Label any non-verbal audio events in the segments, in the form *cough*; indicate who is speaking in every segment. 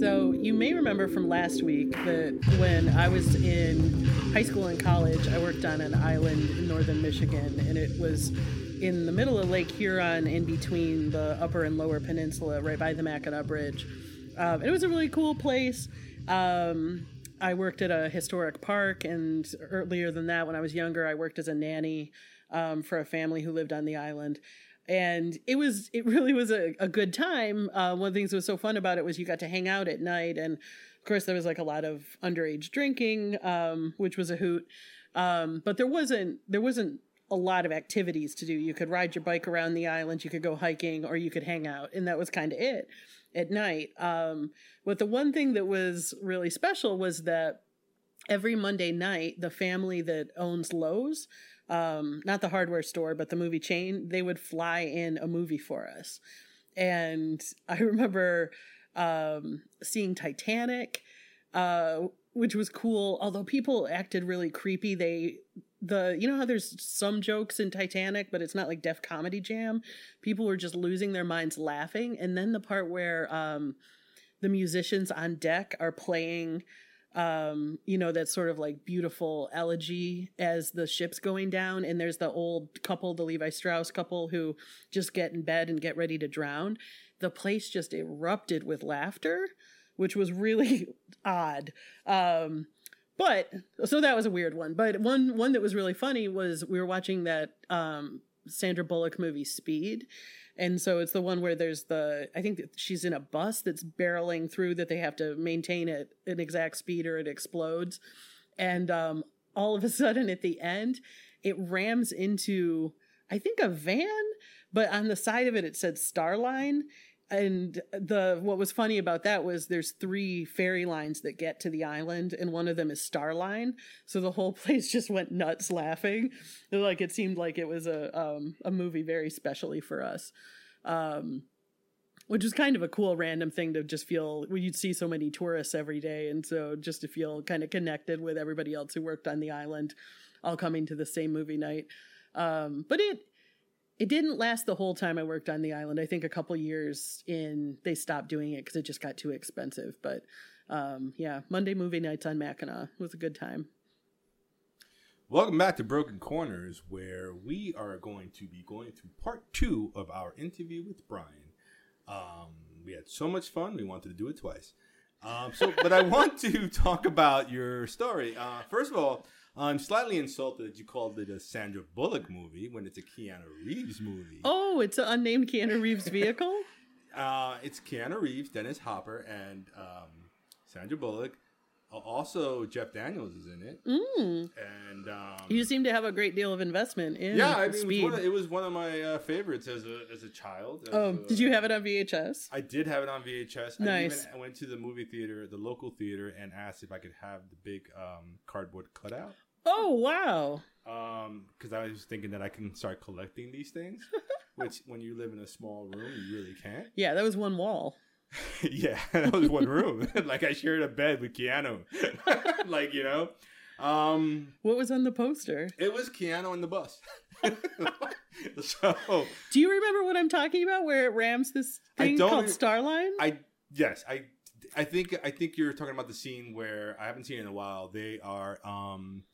Speaker 1: So, you may remember from last week that when I was in high school and college, I worked on an island in northern Michigan, and it was in the middle of Lake Huron in between the upper and lower peninsula, right by the Mackinac Bridge. Um, it was a really cool place. Um, I worked at a historic park, and earlier than that, when I was younger, I worked as a nanny um, for a family who lived on the island. And it was, it really was a, a good time. Uh, one of the things that was so fun about it was you got to hang out at night. And of course, there was like a lot of underage drinking, um, which was a hoot. Um, but there wasn't, there wasn't a lot of activities to do. You could ride your bike around the island, you could go hiking, or you could hang out. And that was kind of it at night. Um, but the one thing that was really special was that every Monday night, the family that owns Lowe's, um, not the hardware store, but the movie chain, they would fly in a movie for us. And *laughs* I remember um, seeing Titanic. Uh, which was cool although people acted really creepy they the you know how there's some jokes in Titanic, but it's not like Def Comedy Jam. People were just losing their minds laughing, and then the part where um, the musicians on deck are playing, um, you know, that sort of like beautiful elegy as the ship's going down, and there's the old couple, the Levi Strauss couple, who just get in bed and get ready to drown. The place just erupted with laughter, which was really *laughs* odd. Um, but so that was a weird one but one one that was really funny was we were watching that um sandra bullock movie speed and so it's the one where there's the i think that she's in a bus that's barreling through that they have to maintain at an exact speed or it explodes and um all of a *laughs* sudden at the end it rams into i think a van but on the side of it it said starline and the what was funny about that was there's three ferry lines that get to the island and one of them is starline so the whole *laughs* place just went nuts laughing like it seemed like it was a um, a movie very specially for us um, which was kind of a cool random thing to just feel well, you'd see so many tourists every day and so just to feel kind of connected with everybody else who worked on the island all coming to the same movie night um, but it it didn't last the whole time I worked on the island. I think a couple years in, they stopped doing it because it just got too expensive. But um, yeah, Monday movie nights on Mackinac was a good time.
Speaker 2: Welcome back to Broken Corners, where we are going to be going through part two of our interview with Brian. Um, we had so much fun, we wanted to do it twice. Um, so, but I want to *laughs* talk about your story. Uh, first of all, I'm slightly insulted that you called it a Sandra Bullock movie when it's a Keanu Reeves movie.
Speaker 1: Oh, it's an unnamed Keanu Reeves vehicle?
Speaker 2: *laughs* uh, it's Keanu Reeves, Dennis Hopper, and um, Sandra Bullock. Uh, Also, Jeff Daniels is in it.
Speaker 1: Mm.
Speaker 2: And um,
Speaker 1: You seem to have a great deal of investment in
Speaker 2: yeah, I mean, it was,
Speaker 1: speed.
Speaker 2: one of, it was one of my uh, favorites as a as a child. as
Speaker 1: oh,
Speaker 2: a-
Speaker 1: did you have it on VHS?
Speaker 2: uh, I did have it on VHS.
Speaker 1: Nice.
Speaker 2: I even went to the movie theater, the local theater, and asked if I could have the big um, cardboard cutout.
Speaker 1: Oh, wow.
Speaker 2: um because i was thinking that i can start collecting these things
Speaker 1: *laughs*
Speaker 2: which when you live in a small room you really can't *laughs*
Speaker 1: Yeah, that was one wall.
Speaker 2: yeah *laughs* that was one room *laughs* like i shared a bed with keanu *laughs* like you know um
Speaker 1: What was on the poster?
Speaker 2: it was keanu in the bus *laughs* so
Speaker 1: Do you remember what I'm talking about where it rams this
Speaker 2: I
Speaker 1: thing
Speaker 2: don't
Speaker 1: called
Speaker 2: re-
Speaker 1: Starline?
Speaker 2: i yes i i think i think you're talking about the scene where i haven't seen it in a while they are um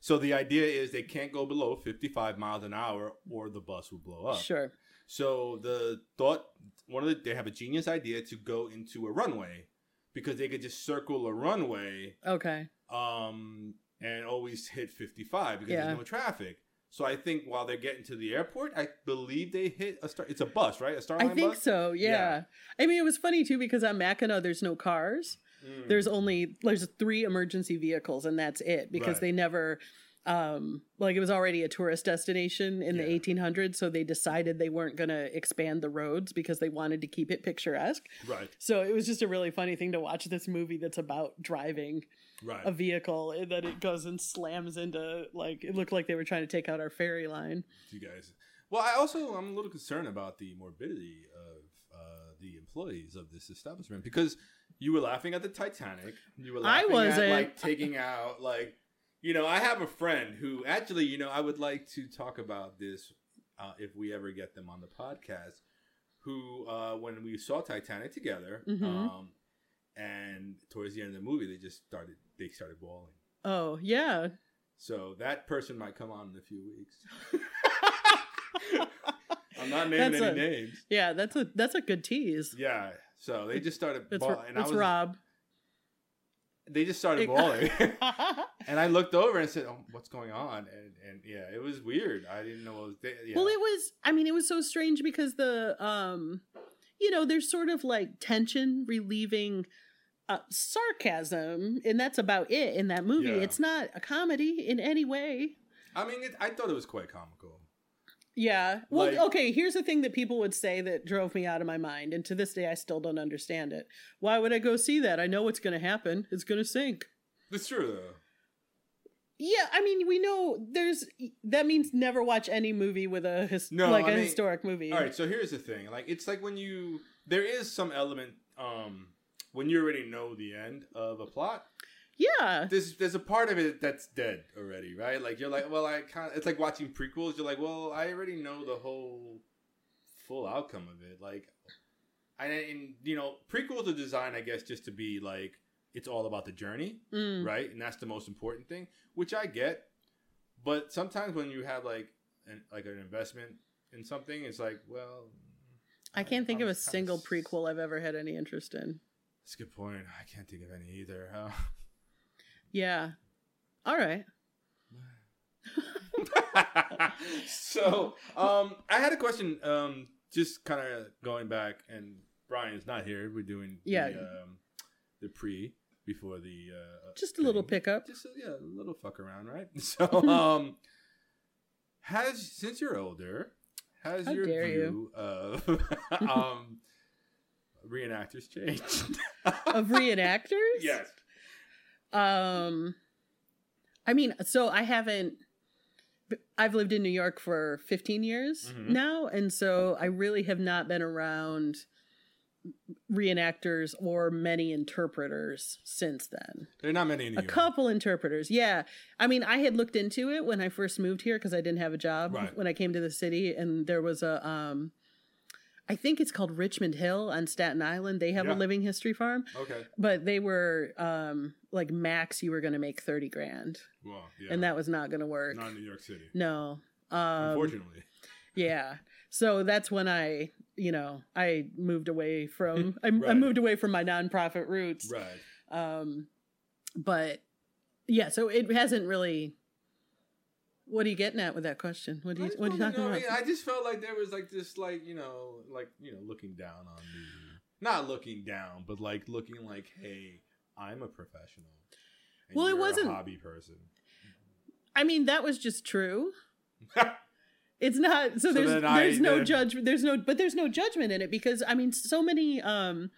Speaker 2: so the idea is they can't go below 55 miles an hour or the bus will blow up
Speaker 1: Sure.
Speaker 2: So the thought, one of the, they have a genius idea to go into a runway because they could just circle a runway
Speaker 1: Okay.
Speaker 2: um, and always hit 55 because
Speaker 1: Yeah.
Speaker 2: there's no traffic. So I think while they're getting to the airport, I believe they hit a star. It's a bus, right? A Starline
Speaker 1: I think
Speaker 2: bus.
Speaker 1: so. Yeah.
Speaker 2: Yeah.
Speaker 1: I mean, it was funny too because on Mackinac there's no cars.
Speaker 2: Mm.
Speaker 1: There's only there's three emergency vehicles and that's it because
Speaker 2: Right.
Speaker 1: they never um like it was already a tourist destination in
Speaker 2: Yeah.
Speaker 1: the 1800s so they decided they weren't going to expand the roads because they wanted to keep it picturesque.
Speaker 2: right,
Speaker 1: So it was just a really funny thing to watch this movie that's about driving
Speaker 2: right.
Speaker 1: a vehicle and then it goes and slams into like it looked like they were trying to take out our ferry line.
Speaker 2: you guys. Well, I also I'm a little concerned about the morbidity of uh, the employees of this establishment because you were laughing at the Titanic. You were
Speaker 1: I
Speaker 2: laughing
Speaker 1: wasn't. *laughs*
Speaker 2: at like taking out like you know I have a friend who actually you know I would like to talk about this uh, if we ever get them on the podcast. Who uh, when we saw Titanic together,
Speaker 1: Mhm.
Speaker 2: um, and towards the end of the movie, they just started they started bawling.
Speaker 1: Oh
Speaker 2: *laughs*
Speaker 1: yeah.
Speaker 2: So that person might come on in a few weeks. I'm not naming
Speaker 1: That's
Speaker 2: any
Speaker 1: a-
Speaker 2: names.
Speaker 1: yeah, that's a that's a good tease.
Speaker 2: Yeah. So they just started
Speaker 1: It's,
Speaker 2: bawling.
Speaker 1: Ro-
Speaker 2: and I
Speaker 1: it's
Speaker 2: was,
Speaker 1: Rob.
Speaker 2: They just started
Speaker 1: It- *laughs*
Speaker 2: bawling. and I looked over and said, oh, "What's going on?" And, and yeah, it was weird. I didn't know what was. They, yeah.
Speaker 1: Well, it was. I mean, it was so strange because the, um, you know, there's sort of like tension relieving uh, sarcasm, and that's about it in that movie.
Speaker 2: Yeah.
Speaker 1: It's not a comedy in any way.
Speaker 2: I mean, it, I thought it was quite comical.
Speaker 1: Yeah. Well,
Speaker 2: Like-
Speaker 1: okay, here's the thing that people would say that drove me out of my mind, and to this day I still don't understand it. Why would I go see that? I know what's going to happen. It's going to sink.
Speaker 2: It's true though.
Speaker 1: Yeah, I mean, we know there's that means never watch any movie with a his,
Speaker 2: No,
Speaker 1: like a
Speaker 2: I mean-
Speaker 1: historic movie.
Speaker 2: All right, so here's the thing. Like it's like when you there is some element um when you already know the end of a plot.
Speaker 1: Yeah.
Speaker 2: There's there's a part of it that's dead already, right? Like you're like, well, I kind of it's like watching prequels. You're like, well, I already know the whole full outcome of it. Like I and you know, prequels are designed I guess just to be like it's all about the journey
Speaker 1: Mm.
Speaker 2: right? And that's the most important thing, which I get. But sometimes when you have like an, like an investment in something, it's like, well,
Speaker 1: I can't think
Speaker 2: I'm
Speaker 1: of a
Speaker 2: kinda
Speaker 1: single
Speaker 2: s-
Speaker 1: prequel I've ever had any interest in.
Speaker 2: That's a good point. I can't think of any either. *laughs* huh?
Speaker 1: Yeah. All right.
Speaker 2: so, um, I had a question. Um, just kind of going back, and Brian is not here. We're doing
Speaker 1: Yeah.
Speaker 2: the, um, the pre before the uh,
Speaker 1: Just a little
Speaker 2: thing.
Speaker 1: pickup.
Speaker 2: just a, yeah, a little fuck around, right?
Speaker 1: *laughs*
Speaker 2: *laughs* So, um, has since you're older, has
Speaker 1: How
Speaker 2: your
Speaker 1: dare
Speaker 2: view
Speaker 1: you.
Speaker 2: of *laughs* um reenactors changed? *laughs*
Speaker 1: Of reenactors?
Speaker 2: yes.
Speaker 1: Um, I mean, so I haven't. I've lived in New York for 15 years
Speaker 2: Mhm.
Speaker 1: now, and so I really have not been around reenactors or many interpreters since then.
Speaker 2: There are not many in New
Speaker 1: A
Speaker 2: York.
Speaker 1: couple interpreters, yeah. I mean, I had looked into it when I first moved here because I didn't have a job
Speaker 2: Right.
Speaker 1: when I came to the city, and there was a, um, I think it's called Richmond Hill on Staten Island. They have
Speaker 2: Yeah.
Speaker 1: a living history farm
Speaker 2: Okay.
Speaker 1: but they were um like max you were gonna make 30 grand
Speaker 2: Well, yeah.
Speaker 1: and that was not gonna work
Speaker 2: not e- in New York City.
Speaker 1: no um
Speaker 2: Unfortunately.
Speaker 1: yeah so that's when i you know i moved away
Speaker 2: *laughs*
Speaker 1: from I, I
Speaker 2: Right.
Speaker 1: moved away from my nonprofit roots
Speaker 2: Right.
Speaker 1: um but yeah so it hasn't really what are you getting at with that question what are
Speaker 2: I
Speaker 1: you
Speaker 2: just
Speaker 1: what are you
Speaker 2: wanted to
Speaker 1: talking
Speaker 2: know,
Speaker 1: about
Speaker 2: I I just felt like there was like this, like you know, like you know, looking down on me. Not looking down, but like looking like, hey, I'm a professional. and
Speaker 1: Well, it
Speaker 2: you're
Speaker 1: wasn't-
Speaker 2: a hobby person.
Speaker 1: i mean that was just
Speaker 2: *laughs*
Speaker 1: true it's not so,
Speaker 2: So
Speaker 1: there's
Speaker 2: then I-
Speaker 1: there's no
Speaker 2: then-
Speaker 1: judgment there's no but there's no judgment in it because i mean so many um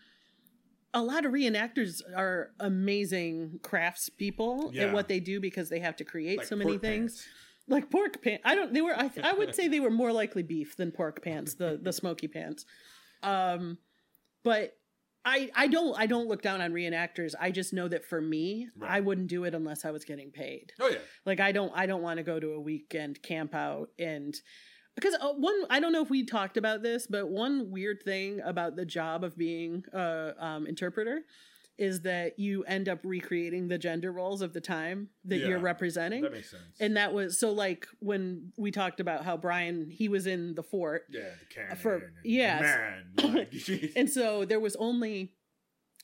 Speaker 1: a lot of reenactors are amazing crafts people
Speaker 2: Yeah.
Speaker 1: and what they do because they have to create
Speaker 2: Like
Speaker 1: so many
Speaker 2: pork
Speaker 1: things
Speaker 2: pants.
Speaker 1: like pork pants i don't they were I, th- I
Speaker 2: *laughs*
Speaker 1: would say they were more likely beef than pork pants the the smoky pants um but i i don't i don't look down on reenactors i just know that for me
Speaker 2: Right.
Speaker 1: i wouldn't do it unless i was getting paid
Speaker 2: Oh yeah,
Speaker 1: like i don't i don't want to go to a weekend camp out and because uh, one i don't know if we talked about this but one weird thing about the job of being a um, interpreter is that you end up recreating the gender roles of the time that
Speaker 2: Yeah,
Speaker 1: you're representing
Speaker 2: that makes sense.
Speaker 1: and that was so like when we talked about how brian he was in the fort
Speaker 2: yeah, the cannon.
Speaker 1: for-
Speaker 2: and
Speaker 1: yes. *laughs*
Speaker 2: man. Like, *laughs* geez.
Speaker 1: and so there was only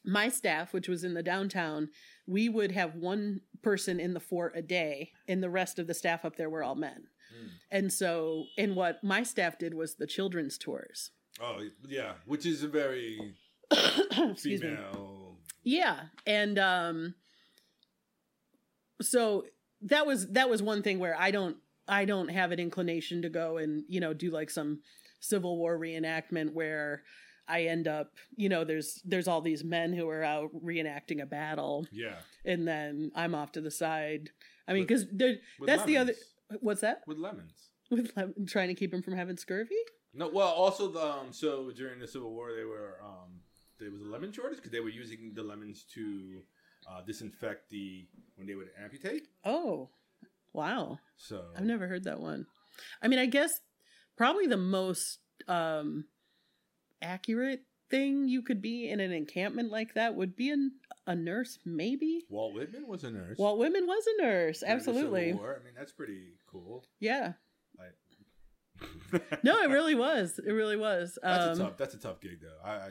Speaker 1: my staff which was in the downtown we would have one person in the fort a day and the rest of the staff up there were all men
Speaker 2: Mm.
Speaker 1: And so, and what my staff did was the children's *coughs* tours.
Speaker 2: oh yeah, which is a very
Speaker 1: Excuse me.
Speaker 2: female.
Speaker 1: Yeah, and um, so that was that was one thing where I don't I don't have an inclination to go and you know do like some Civil War reenactment where I end up you know there's there's all these men who are out reenacting a battle
Speaker 2: Yeah,
Speaker 1: and then I'm off to the side. I mean,
Speaker 2: With-
Speaker 1: because
Speaker 2: with
Speaker 1: That's the
Speaker 2: lemons.
Speaker 1: what's that *laughs*
Speaker 2: with lemons.
Speaker 1: with lem- trying to keep him from having scurvy?
Speaker 2: No, well, also the, um, so during the Civil War, they were um, there was a lemon shortage because they were using the lemons to uh, disinfect the when they would amputate.
Speaker 1: Oh, wow.
Speaker 2: So
Speaker 1: I've never heard that one. I mean, I guess probably the most um, accurate thing you could be in an encampment like that would be an, a nurse, maybe.
Speaker 2: Walt Whitman was a nurse.
Speaker 1: Walt Whitman was a nurse,
Speaker 2: during the Civil
Speaker 1: absolutely.
Speaker 2: War. I mean, that's pretty cool. *laughs*
Speaker 1: Yeah.
Speaker 2: Like,
Speaker 1: No, it really was. It really was.
Speaker 2: that's
Speaker 1: Um,
Speaker 2: a tough. That's a tough gig though. I, I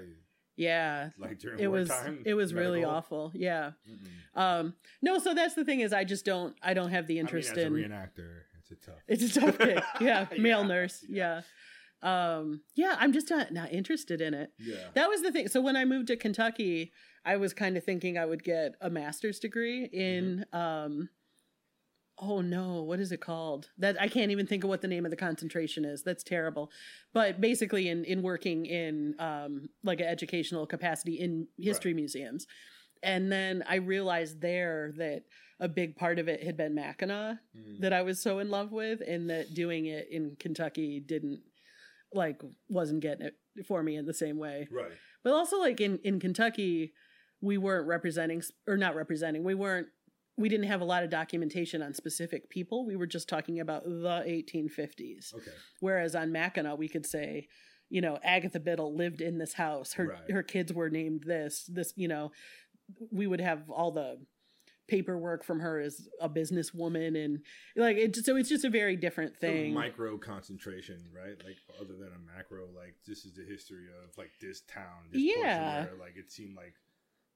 Speaker 1: yeah.
Speaker 2: like during
Speaker 1: It was
Speaker 2: wartime,
Speaker 1: it was really
Speaker 2: medical.
Speaker 1: awful. Yeah.
Speaker 2: Mm-mm.
Speaker 1: Um no, so that's the thing is I just don't I don't have the interest
Speaker 2: I mean, as
Speaker 1: in
Speaker 2: a reenactor, it's a tough.
Speaker 1: *laughs* It's a tough
Speaker 2: *laughs*
Speaker 1: gig. Yeah,
Speaker 2: Yeah,
Speaker 1: male nurse.
Speaker 2: yeah.
Speaker 1: Yeah. Um yeah, I'm just not, not interested in it.
Speaker 2: yeah.
Speaker 1: That was the thing. So when I moved to Kentucky, I was kind of thinking I would get a master's degree in um oh no, what is it called? That I can't even think of what the name of the concentration is. That's terrible. But basically in in working in um like an educational capacity in history museums. And then I realized there that a big part of it had been Mackinac
Speaker 2: Mm.
Speaker 1: that I was so in love with, and that doing it in Kentucky didn't like wasn't getting it for me in the same way.
Speaker 2: Right.
Speaker 1: But also, like in in Kentucky, we weren't representing s- or not representing. We weren't. We didn't have a lot of documentation on specific people. We were just talking about the 1850s.
Speaker 2: Okay.
Speaker 1: Whereas on Mackinac, we could say, you know, Agatha Biddle lived in this house. Her
Speaker 2: Right.
Speaker 1: her kids were named this. This, you know, we would have all the paperwork from her as a businesswoman and like it. So it's just a very different thing.
Speaker 2: Some micro concentration, right? Like other than a macro, like this is the history of like this town. This portion
Speaker 1: Yeah.
Speaker 2: Where, like it seemed like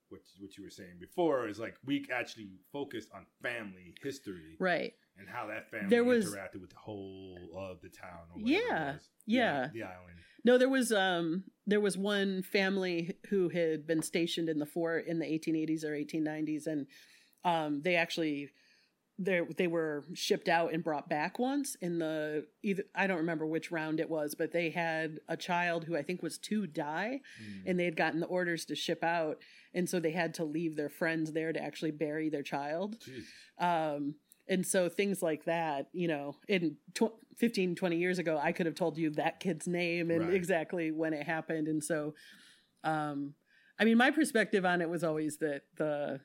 Speaker 2: what what you were saying before is like we actually focused on family history
Speaker 1: right.
Speaker 2: and how that family
Speaker 1: There was-
Speaker 2: interacted with the whole of the town. Or whatever it
Speaker 1: Yeah,
Speaker 2: was.
Speaker 1: yeah.
Speaker 2: The island.
Speaker 1: No, there was um there was one family who had been stationed in the fort in the 1880s or 1890s, and um they actually they they were shipped out and brought back once in the either I don't remember which round it was, but they had a child who I think was to die,
Speaker 2: Mm.
Speaker 1: and they had gotten the orders to ship out, and so they had to leave their friends there to actually bury their child
Speaker 2: Jesus.
Speaker 1: um and so things like that you know in tw- 15 20 years ago i could have told you that kid's name and
Speaker 2: Right.
Speaker 1: exactly when it happened and so um i mean my perspective on it was always that the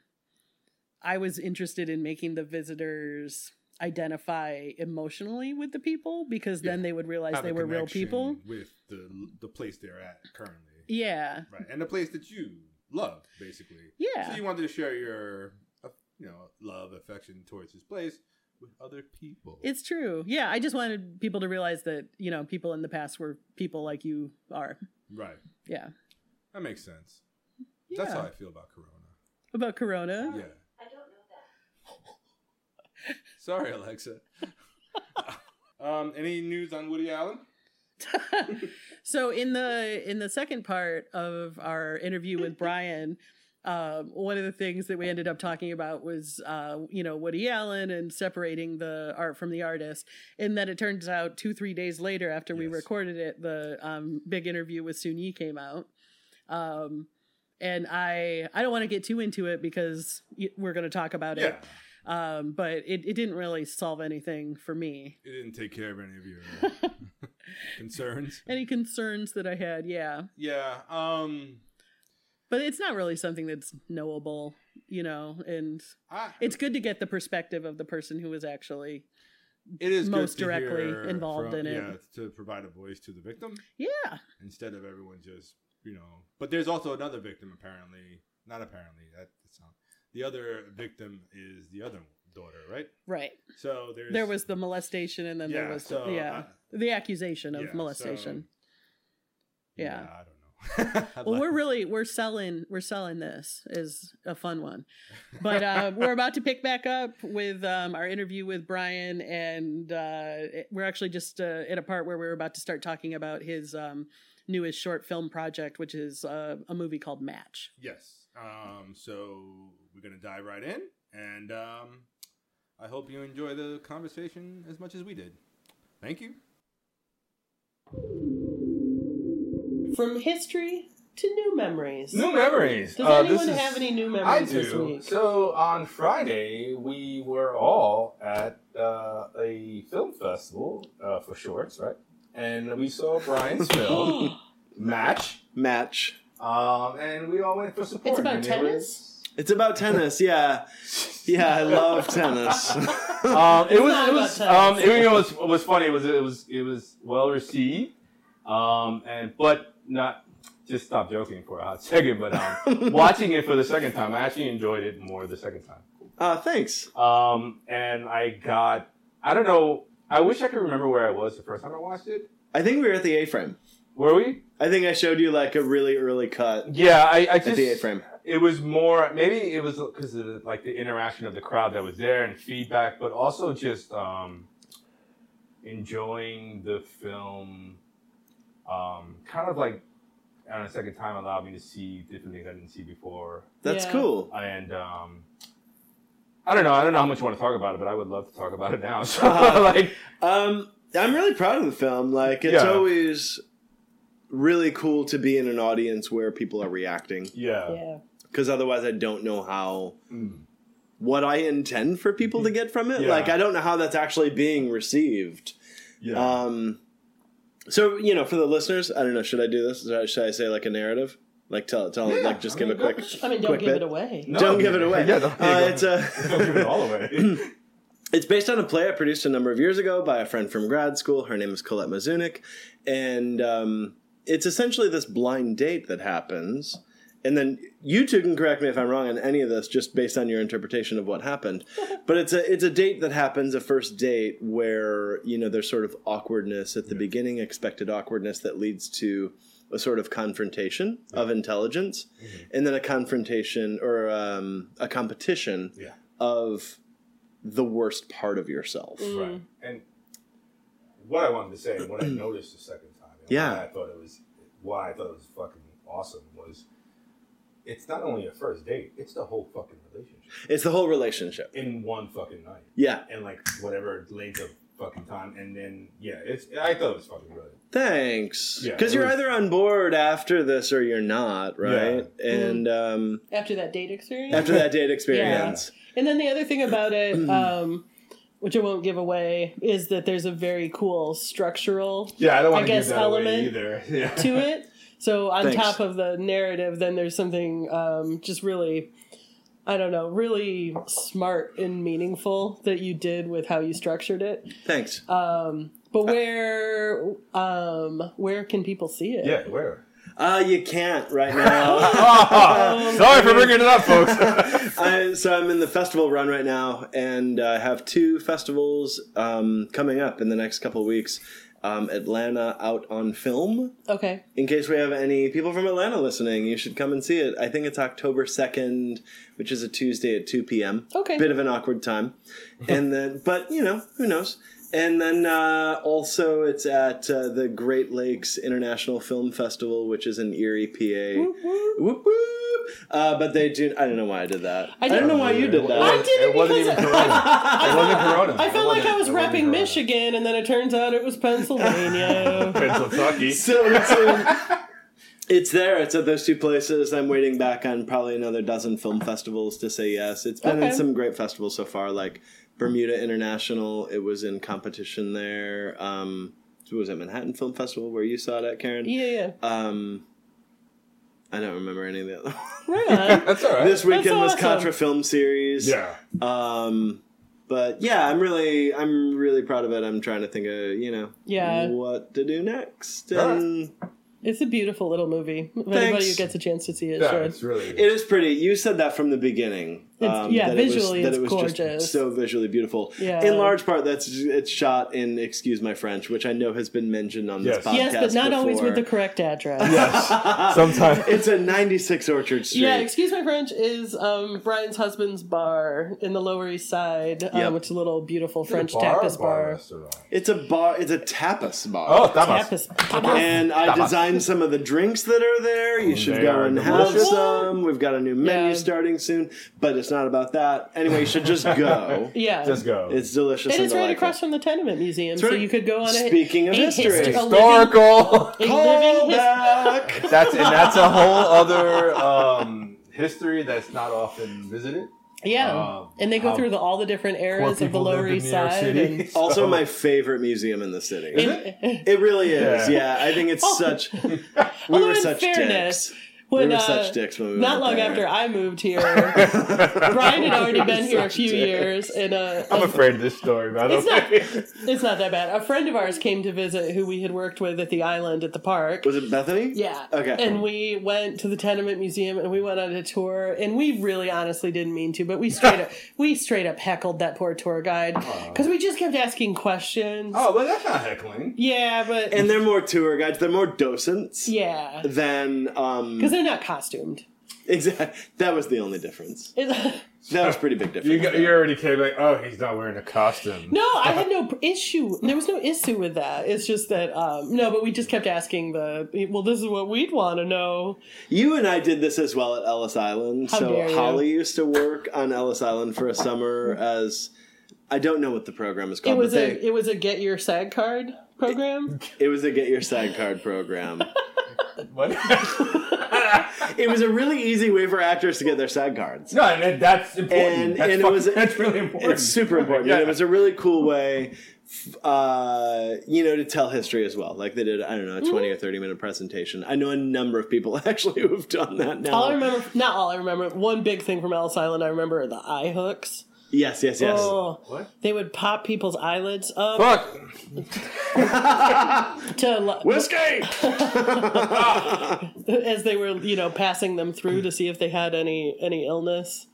Speaker 1: i was interested in making the visitors identify emotionally with the people because then they would realize
Speaker 2: Have a
Speaker 1: they were real
Speaker 2: connection
Speaker 1: people
Speaker 2: with the the place they're at currently,
Speaker 1: yeah
Speaker 2: right? And the place that you love, basically.
Speaker 1: yeah
Speaker 2: So you wanted to share your, uh, you know, love, affection towards this place with other people.
Speaker 1: It's true. Yeah, I just wanted people to realize that, you know, people in the past were people like you are.
Speaker 2: right.
Speaker 1: Yeah.
Speaker 2: That makes sense.
Speaker 1: yeah. Uh,
Speaker 2: That's how I feel about Corona.
Speaker 1: About Corona.
Speaker 2: Yeah. *laughs* I don't know that. Sorry, Alexa.
Speaker 1: *laughs*
Speaker 2: um, any news on Woody Allen?
Speaker 1: *laughs* so in the in the second part of our interview with Brian, um, one of the things that we ended up talking about was uh, you know Woody Allen and separating the art from the artist, and then it turns out two three days later after we
Speaker 2: Yes.
Speaker 1: recorded it, the um, big interview with Sun Yi came out. Um, and I I don't want to get too into it because y- we're going to talk about
Speaker 2: yeah.
Speaker 1: it. Um, but it, it didn't really solve anything for me.
Speaker 2: It didn't take care of any of your uh,
Speaker 1: *laughs*
Speaker 2: concerns.
Speaker 1: Any concerns that I had, yeah.
Speaker 2: Yeah. Um.
Speaker 1: but it's not really something that's knowable you know and
Speaker 2: I,
Speaker 1: it's good to get the perspective of the person who was actually
Speaker 2: it is good
Speaker 1: most
Speaker 2: to
Speaker 1: directly
Speaker 2: hear
Speaker 1: involved
Speaker 2: from-
Speaker 1: in it.
Speaker 2: Yeah, to provide a voice to the victim.
Speaker 1: yeah
Speaker 2: instead of everyone just you know but there's also another victim apparently not apparently that it's not the other victim is the other daughter right
Speaker 1: right
Speaker 2: so there's
Speaker 1: there was the molestation and then there
Speaker 2: Yeah,
Speaker 1: was
Speaker 2: so,
Speaker 1: the, yeah
Speaker 2: uh,
Speaker 1: the accusation of
Speaker 2: yeah, so-
Speaker 1: molestation Yeah.
Speaker 2: i don't know *laughs* I'd
Speaker 1: well
Speaker 2: like-
Speaker 1: we're really we're selling we're selling this is a fun one but
Speaker 2: *laughs*
Speaker 1: uh, we're about to pick back up with um, our interview with brian and uh, it- we're actually just uh, at a part where we're about to start talking about his um, newest short film project which is uh, a movie called match
Speaker 2: yes um so we're gonna dive right in and um i hope you enjoy the conversation as much as we did thank you
Speaker 1: From history to new memories. Uh,
Speaker 2: memories
Speaker 1: Does anyone have any new
Speaker 2: uh, I
Speaker 1: memories this
Speaker 2: do.
Speaker 1: week?
Speaker 2: So on Friday, we were all at uh, a film festival uh, for shorts, right? And we saw Brian's film Match,
Speaker 3: match.
Speaker 2: um, and we all went for support.
Speaker 1: about
Speaker 2: And it
Speaker 1: tennis?
Speaker 3: It's about tennis, yeah, yeah. I love
Speaker 2: *laughs*
Speaker 3: tennis. *laughs*
Speaker 2: was- *laughs* um, it was.
Speaker 1: not
Speaker 2: It
Speaker 1: about
Speaker 2: was.
Speaker 1: tennis.
Speaker 2: Um, it, you know, it was. What was funny was it was it was well received, um, and but not just stopped joking for a hot second, but
Speaker 3: *laughs*
Speaker 2: um, watching it for the second time, I actually enjoyed it more the second time.
Speaker 3: Uh, thanks.
Speaker 2: Um, and I got, I don't know, I wish I could remember where I was the first time I watched it.
Speaker 3: I think we were at the A-frame.
Speaker 2: Were we?
Speaker 3: I think I showed you like a really early cut
Speaker 2: Yeah, I, I
Speaker 3: at
Speaker 2: just,
Speaker 3: the A-frame.
Speaker 2: it was more, maybe it was because of the, like the interaction of the crowd that was there and feedback, but also just um, enjoying the film. Um, kind of like on a second time allowed me to see different things I didn't see before.
Speaker 3: That's
Speaker 1: Yeah.
Speaker 3: cool.
Speaker 2: and um, I don't know. I don't know how much you want to talk about it, but I would love to talk about it now. *laughs* So
Speaker 3: Uh-huh.
Speaker 2: like,
Speaker 3: Um, I'm really proud of the film. Like, it's
Speaker 2: Yeah.
Speaker 3: always really cool to be in an audience where people are reacting
Speaker 2: yeah,
Speaker 1: Yeah.
Speaker 3: because otherwise, I don't know how
Speaker 2: Mm.
Speaker 3: what I intend for people to get from it.
Speaker 2: Mm-hmm. Yeah.
Speaker 3: Like, I don't know how that's actually being received.
Speaker 2: yeah.
Speaker 3: Um, so you know, for the listeners, I don't know. Should I do this? Should I, should I say like a narrative? Like tell tell
Speaker 2: Yeah,
Speaker 3: like just
Speaker 2: I
Speaker 3: give
Speaker 2: mean,
Speaker 3: a quick.
Speaker 2: that's-
Speaker 1: I mean, don't
Speaker 3: Quick
Speaker 1: give it
Speaker 3: bit.
Speaker 1: away.
Speaker 2: No,
Speaker 3: don't give it away.
Speaker 2: *laughs* Yeah, don't,
Speaker 3: Uh,
Speaker 2: yeah,
Speaker 3: it's
Speaker 2: go-
Speaker 3: a-
Speaker 2: don't give it all away. *laughs*
Speaker 3: It's based on a play I produced a number of years ago by a friend from grad school. Her name is Colette Mazunik, and um, it's essentially this blind date that happens. And then you two can correct me if I'm wrong on any of this, just based on your interpretation of what happened. But it's a it's a date that happens, a first date where you know there's sort of awkwardness at the beginning, expected awkwardness that leads to a sort of confrontation of intelligence, and then a confrontation or um, a competition
Speaker 4: Yeah.
Speaker 3: of the worst part of yourself.
Speaker 2: right. And what I wanted to say, what I noticed the second time, and
Speaker 3: Yeah.
Speaker 2: why I thought it was why I thought it was fucking awesome was it's not only a first date; it's the whole fucking relationship
Speaker 3: It's the whole relationship.
Speaker 2: in one fucking night.
Speaker 3: Yeah.
Speaker 2: and like whatever length of fucking time, and then yeah, it's I thought it was fucking brilliant.
Speaker 3: Thanks.
Speaker 2: Yeah,
Speaker 3: Because
Speaker 2: it
Speaker 3: you're
Speaker 2: was-
Speaker 3: either on board after this or you're not, right?
Speaker 2: Mm.
Speaker 3: And um,
Speaker 1: After that date experience.
Speaker 3: after that date experience.
Speaker 1: And then the other thing about it, um, which I won't give away, is that there's a very cool structural
Speaker 2: Yeah, I don't want
Speaker 1: I
Speaker 2: to give
Speaker 1: guess
Speaker 2: that away
Speaker 1: element
Speaker 2: either. *laughs* Yeah.
Speaker 1: to it. So on
Speaker 3: Thanks.
Speaker 1: top of the narrative, then there's something um, just really, I don't know, really smart and meaningful that you did with how you structured it.
Speaker 3: Thanks.
Speaker 1: But where, um, where can people see it?
Speaker 2: Yeah, *laughs* where?
Speaker 3: Uh, you can't
Speaker 2: *laughs*
Speaker 3: right now.
Speaker 2: Oh, sorry for bringing it up, folks. *laughs*
Speaker 3: I, so I'm in the festival run right now, and I have two festivals um, coming up in the next couple of weeks. Um, Atlanta out on film.
Speaker 1: Okay.
Speaker 3: In case we have any people from Atlanta listening, you should come and see it. I think it's October 2nd, which is a Tuesday at 2 p.m.
Speaker 1: Okay.
Speaker 3: Bit of an
Speaker 1: *laughs*
Speaker 3: awkward time. And then, but you know, who knows? And then uh, also it's at uh, the Great Lakes International Film Festival, which is in Erie, PA. Whoop whoop. Uh, but they do, I don't know why I did that. I, don't
Speaker 1: didn't-
Speaker 3: know why you did that.
Speaker 1: I did it
Speaker 2: It wasn't even
Speaker 1: because-
Speaker 2: Corona. It wasn't Corona.
Speaker 1: I felt like
Speaker 2: It wasn't-
Speaker 1: I was
Speaker 2: it wasn't
Speaker 1: repping
Speaker 2: Corona.
Speaker 1: Michigan, and then it turns out it was
Speaker 2: *laughs*
Speaker 1: Pennsylvania.
Speaker 2: Pennsylvania.
Speaker 3: so it's, um, *laughs* it's there. It's at those two places. I'm waiting back on probably another dozen film festivals to say yes. It's been in
Speaker 1: Okay.
Speaker 3: some great festivals so far, like Bermuda International. It was in competition there. Um, was it Manhattan Film Festival where you saw it at Karen?
Speaker 1: yeah, yeah.
Speaker 3: Um, I don't remember any of the other.
Speaker 1: Right on.
Speaker 2: That's all right.
Speaker 3: this weekend was
Speaker 1: awesome.
Speaker 3: Contra Film Series.
Speaker 2: yeah.
Speaker 3: Um, but yeah, I'm really, I'm really proud of it. I'm trying to think of, you know,
Speaker 1: Yeah.
Speaker 3: what to do next.
Speaker 2: All right.
Speaker 3: And
Speaker 1: It's a beautiful little movie. If anybody
Speaker 3: Thanks.
Speaker 1: who gets a chance to see it
Speaker 2: Yeah,
Speaker 1: should.
Speaker 2: it's really.
Speaker 3: It is pretty. You said that from the beginning. um,
Speaker 1: It's- yeah, visually it's
Speaker 3: just
Speaker 1: gorgeous.
Speaker 3: so visually beautiful.
Speaker 1: Yeah.
Speaker 3: In large part, that's it's shot in excuse my French, which I know has been mentioned on
Speaker 2: Yes.
Speaker 3: this podcast.
Speaker 1: Yes, but not always with the
Speaker 3: before.
Speaker 1: correct address.
Speaker 2: *laughs* yes. Sometimes.
Speaker 3: *laughs* It's a 96 Orchard Street.
Speaker 1: Yeah, excuse my French is um, Brian's husband's bar in the Lower East Side, um,
Speaker 3: Yep.
Speaker 1: which is a little beautiful French
Speaker 2: Bar or
Speaker 1: tapas bar.
Speaker 2: restaurant?
Speaker 3: It's a bar. It's a tapas bar.
Speaker 2: Oh, tapas.
Speaker 1: Tapas.
Speaker 3: And I
Speaker 2: Tapas. Mm,
Speaker 3: designed some of the drinks that are there. You should
Speaker 2: They
Speaker 3: go
Speaker 2: are
Speaker 3: and have
Speaker 2: delicious.
Speaker 3: some. We've got a new menu
Speaker 1: Yeah.
Speaker 3: starting soon, but it's not about that. Anyway, you should just go.
Speaker 1: *laughs* Yeah,
Speaker 2: Just go.
Speaker 3: It's delicious.
Speaker 1: it
Speaker 3: and
Speaker 1: is right
Speaker 3: delightful.
Speaker 1: across from the Tenement Museum, so
Speaker 3: right.
Speaker 1: you could go on a
Speaker 3: Speaking of
Speaker 1: a
Speaker 3: history.
Speaker 1: history- a living- *laughs*
Speaker 2: historical.
Speaker 1: a
Speaker 3: Call
Speaker 1: living his-
Speaker 3: back.
Speaker 1: *laughs*
Speaker 2: that's and that's a whole other um, history that's not often visited.
Speaker 1: Yeah,
Speaker 2: Um,
Speaker 1: and they go
Speaker 2: how
Speaker 1: through the, all the different
Speaker 2: Poor
Speaker 1: eras of the
Speaker 2: people
Speaker 1: Lower
Speaker 2: lived in
Speaker 1: East
Speaker 2: New York
Speaker 1: Side.
Speaker 2: City. *laughs*
Speaker 1: and-
Speaker 3: *laughs* Also,
Speaker 2: So-
Speaker 3: my favorite museum in the city.
Speaker 2: Is it?
Speaker 1: *laughs*
Speaker 3: It really is.
Speaker 2: Yeah.
Speaker 3: Yeah, I think it's such. We
Speaker 1: Oh. Although
Speaker 3: were
Speaker 1: in
Speaker 3: such
Speaker 1: fairness,
Speaker 3: dicks. we
Speaker 1: When,
Speaker 3: were
Speaker 1: uh,
Speaker 3: such dicks when we were
Speaker 1: Not long
Speaker 3: there.
Speaker 1: after I moved
Speaker 3: *laughs*
Speaker 1: here, Brian had already been here a few years, and uh,
Speaker 5: I'm
Speaker 1: a-
Speaker 5: afraid of this story, by the
Speaker 1: It's not-
Speaker 2: *laughs*
Speaker 5: way.
Speaker 1: it's not that bad. A friend of ours came to visit who we had worked with at the island at the park.
Speaker 3: Was it Bethany?
Speaker 1: Yeah.
Speaker 3: Okay.
Speaker 1: And we went to the tenement museum and we went on a tour and we really honestly didn't mean to, but we straight
Speaker 3: *laughs*
Speaker 1: up we straight up heckled that poor tour guide because we just kept asking questions.
Speaker 5: oh, but that's not heckling.
Speaker 1: Yeah, but
Speaker 3: and they're more tour guides. They're more docents
Speaker 1: yeah,
Speaker 3: than um. *laughs*
Speaker 1: because they're not costumed.
Speaker 3: Exactly. That was the only difference.
Speaker 1: It- *laughs*
Speaker 3: That was a pretty big difference.
Speaker 5: You, got, you already came like, oh, he's not wearing a costume.
Speaker 1: no, I
Speaker 3: Uh-huh.
Speaker 1: had no issue. There was no issue with that. It's just that um, no, but we just kept asking the well. This is what we'd want to know.
Speaker 3: You and I did this as well at Ellis Island.
Speaker 1: How
Speaker 3: so
Speaker 1: dare you.
Speaker 3: Holly used to work on Ellis Island for a summer as I don't know what the program is called.
Speaker 1: It was
Speaker 3: but they,
Speaker 1: a it was a get your SAG card program.
Speaker 3: *laughs* it was a get your SAG card program.
Speaker 5: What? *laughs*
Speaker 3: it was a really easy way for actors to get their SAG cards.
Speaker 5: no, and that- that's important.
Speaker 3: And-
Speaker 5: that's,
Speaker 3: and it
Speaker 5: fucking-
Speaker 3: was-
Speaker 5: that's really important.
Speaker 3: It's super important.
Speaker 5: Yeah.
Speaker 3: And it was a really cool way, f- uh, you know, to tell history as well. Like they did, I don't know, a 20
Speaker 5: Mm-hmm.
Speaker 3: or 30 minute presentation. I know a number of people *laughs* actually who have done that now.
Speaker 1: All I remember, not all I remember, one big thing from Ellis Island I remember are the eye hooks.
Speaker 3: Yes, yes, yes.
Speaker 1: Oh,
Speaker 5: What?
Speaker 1: They would pop people's eyelids up
Speaker 5: Fuck!
Speaker 1: to lo-
Speaker 3: Whiskey!
Speaker 1: as they were, you know, passing them through to see if they had any any illness.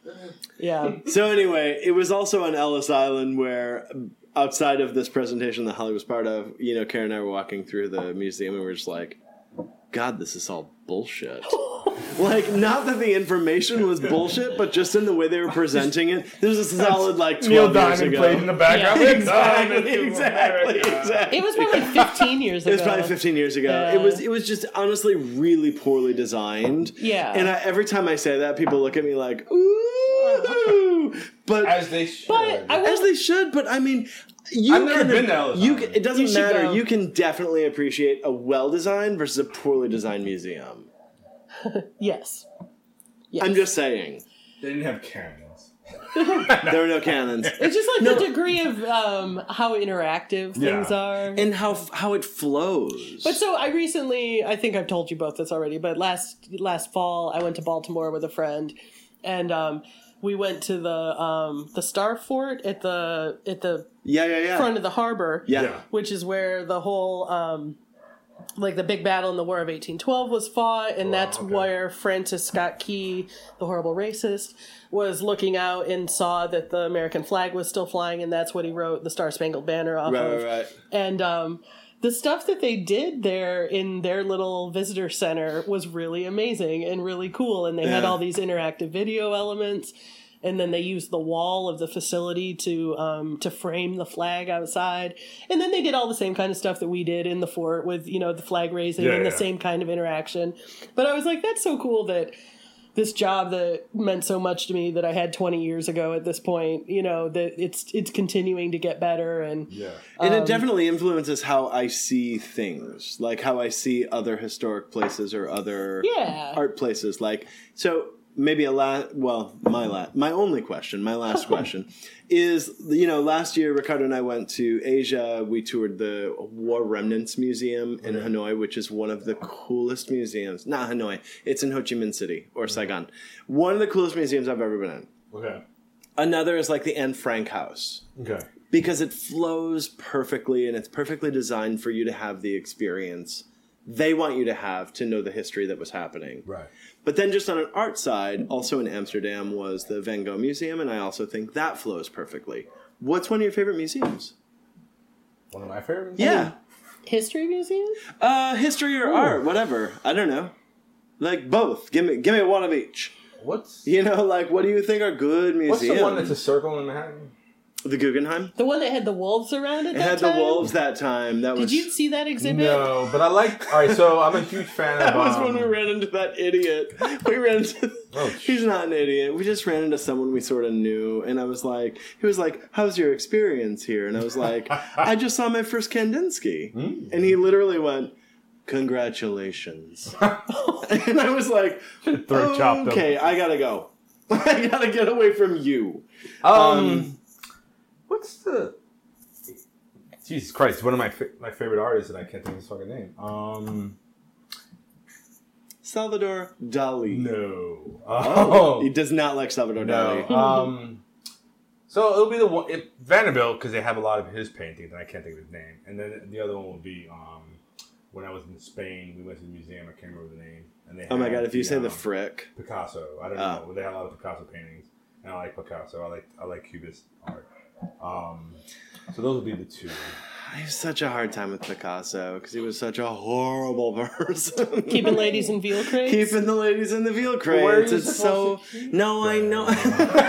Speaker 1: Yeah,
Speaker 3: So anyway, it was also on Ellis Island where outside of this presentation that Holly was part of, you know, Karen and I were walking through the museum and we are just like, God, this is all bullshit. like, not that the information was bullshit, but just in the way they were presenting it. This is solid like
Speaker 5: Neil
Speaker 3: twelve years
Speaker 5: Diamond
Speaker 3: ago.
Speaker 5: played
Speaker 3: *laughs*
Speaker 5: in the background.
Speaker 1: Yeah.
Speaker 5: Diamond to
Speaker 3: exactly, exactly,
Speaker 5: America.
Speaker 3: exactly.
Speaker 1: it was probably fifteen years ago.
Speaker 3: It was probably 15 years ago.
Speaker 1: Yeah.
Speaker 3: It was it was just honestly really poorly designed.
Speaker 1: Yeah.
Speaker 3: And I, every time I say that, people look at me like, *laughs* ooh. But
Speaker 5: As they should.
Speaker 1: But I
Speaker 3: as
Speaker 1: will.
Speaker 3: they should, but I mean, you
Speaker 5: I've never
Speaker 3: can,
Speaker 5: been to Ellis
Speaker 3: You
Speaker 5: Island.
Speaker 3: can, it doesn't
Speaker 1: You should
Speaker 3: matter.
Speaker 1: go.
Speaker 3: You can definitely appreciate a well-designed versus a poorly designed museum.
Speaker 1: Yes.
Speaker 3: I'm just saying
Speaker 5: they didn't have Karens.
Speaker 3: there are no
Speaker 5: *laughs*
Speaker 3: cannons,
Speaker 1: It's just like the degree of um, how interactive
Speaker 5: Yeah.
Speaker 1: things are.
Speaker 3: and how how it flows.
Speaker 1: But so I recently, I think I've told you both this already, but last last fall I went to Baltimore with a friend, and um, we went to the um, the Star Fort at the at the
Speaker 3: yeah, yeah, yeah.
Speaker 1: front of the harbor,
Speaker 3: yeah.
Speaker 5: Yeah.
Speaker 1: which is where the whole um, like the big battle in the War of eighteen twelve was fought, and that's
Speaker 5: okay.
Speaker 1: where Francis Scott Key, the horrible racist, was looking out and saw that the American flag was still flying, and that's what he wrote the Star Spangled Banner off
Speaker 3: Right,
Speaker 1: of
Speaker 3: right, right.
Speaker 1: and um, the stuff that they did there in their little visitor center was really amazing and really cool and they had
Speaker 3: Yeah.
Speaker 1: all these interactive video elements and then they used the wall of the facility to um, to frame the flag outside and then they did all the same kind of stuff that we did in the fort with you know the flag raising
Speaker 5: Yeah,
Speaker 1: and the
Speaker 5: yeah.
Speaker 1: same kind of interaction but i was like that's so cool that this job that meant so much to me that i had 20 years ago at this point you know that it's it's continuing to get better and
Speaker 5: Yeah.
Speaker 3: And it definitely influences how I see things, like how I see other historic places or other
Speaker 1: Yeah.
Speaker 3: art places. Like so, maybe a last. Well, my la- my only question, my last question, is you know last year Ricardo and I went to Asia. We toured the War Remnants Museum in Hanoi, which is one of the coolest museums. Not Hanoi, it's in Ho Chi Minh City or Saigon. One of the coolest museums I've ever been in.
Speaker 5: Okay.
Speaker 3: Another is like the Anne Frank House
Speaker 5: Okay.
Speaker 3: because it flows perfectly and it's perfectly designed for you to have the experience they want you to have to know the history that was happening.
Speaker 5: Right.
Speaker 3: But then, just on an art side, also in Amsterdam was the Van Gogh Museum, and I also think that flows perfectly. What's one of your favorite museums?
Speaker 5: One of my favorites.
Speaker 3: Yeah,
Speaker 1: History museum?
Speaker 3: uh, history or art, whatever. I don't know. Like both. Give me, give me one of each. *laughs*
Speaker 5: What's
Speaker 3: You know, like what do you think are good
Speaker 5: What's
Speaker 3: museums?
Speaker 5: the one that's a circle in Manhattan?
Speaker 3: The Guggenheim.
Speaker 1: The one that had the wolves around it.
Speaker 3: It
Speaker 1: that
Speaker 3: had
Speaker 1: time?
Speaker 3: the wolves that time. That
Speaker 1: Did
Speaker 3: was
Speaker 1: you see that exhibit?
Speaker 5: No, but I like. All right, so I'm a huge fan
Speaker 3: *laughs* That
Speaker 5: of.
Speaker 3: was
Speaker 5: um,
Speaker 3: when we ran into that idiot. We ran into.
Speaker 5: Oh, sh-
Speaker 3: *laughs* he's not an idiot. We just ran into someone we sort of knew, and I was like, he was like, "How's your experience here?" And I
Speaker 5: *laughs*
Speaker 3: was like, "I just saw my first Kandinsky,"
Speaker 5: Hmm.
Speaker 3: and he literally went,
Speaker 5: *laughs*
Speaker 3: "Congratulations," and I was like,
Speaker 5: throat chopped him.
Speaker 3: "Okay, I gotta go. *laughs* I gotta get away from you."
Speaker 5: Um, what's the? Jesus Christ! One of my fa- my favorite artists, and I can't think of his fucking name. Um,
Speaker 3: Salvador Dali.
Speaker 2: No.
Speaker 3: Oh,
Speaker 2: Um,
Speaker 3: He does not like Salvador
Speaker 2: No.
Speaker 3: Dali.
Speaker 5: Oh,
Speaker 2: Um, so it'll be the one if Vanderbilt because they have a lot of his paintings, and I can't think of his name. And then the other one will be um, when I was in Spain, we went to the museum. I can't remember the name. And they
Speaker 3: oh my
Speaker 2: had
Speaker 3: god, if you say the
Speaker 2: um,
Speaker 3: frick.
Speaker 2: Picasso, I don't
Speaker 3: Ah.
Speaker 2: know. They had a lot of Picasso paintings, and I like Picasso. I like I like Cubist art. Um, so those will be the two.
Speaker 3: I have such a hard time with Picasso because he was such a horrible *laughs* person.
Speaker 1: Keeping ladies in veal crates.
Speaker 3: Keeping the ladies in the veal
Speaker 2: where
Speaker 3: crates.
Speaker 2: are you
Speaker 3: It's so.
Speaker 2: supposed
Speaker 3: No, Oh, I know.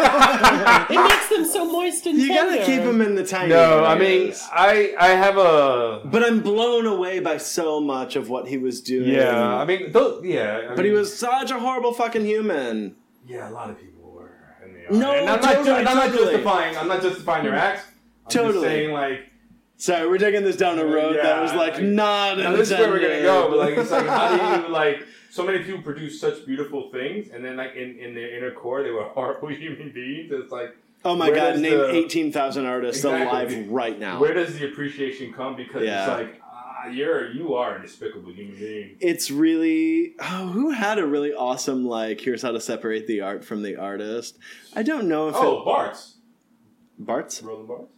Speaker 1: it makes them so moist and
Speaker 3: you gotta
Speaker 1: tender.
Speaker 3: keep them in the tiny.
Speaker 2: *laughs* No, I mean
Speaker 3: areas.
Speaker 2: I I have a
Speaker 3: But I'm blown away by so much of what he was doing.
Speaker 2: yeah. I mean those yeah. I
Speaker 3: But he
Speaker 2: mean-
Speaker 3: was such a horrible fucking human.
Speaker 2: Yeah, a lot of people were. And they are.
Speaker 3: No,
Speaker 2: and I'm, not,
Speaker 3: totally,
Speaker 2: ju- I'm not
Speaker 3: totally.
Speaker 2: justifying. I'm not justifying their acts. I'm just
Speaker 3: Totally.
Speaker 2: saying like
Speaker 3: Sorry, we're taking this down a road that
Speaker 2: Yeah,
Speaker 3: was like
Speaker 2: like-
Speaker 3: not.
Speaker 2: now this is where we're gonna
Speaker 3: intended.
Speaker 2: go. But like it's like how do you like so many people produce such beautiful things, and then like in, in their inner core they were *laughs* horrible human beings. It's like
Speaker 3: *laughs* oh my
Speaker 2: where
Speaker 3: god!
Speaker 2: does
Speaker 3: Name
Speaker 2: the-
Speaker 3: eighteen thousand artists
Speaker 2: Exactly.
Speaker 3: alive right now.
Speaker 2: where does the appreciation come? Because
Speaker 3: Yeah.
Speaker 2: it's like ah, you're you are a despicable human being.
Speaker 3: it's really oh, who had a really awesome like here's how to separate the art from the artist. I don't know if
Speaker 2: Oh, Bart's
Speaker 3: it, Bart's
Speaker 2: Roland Bart's.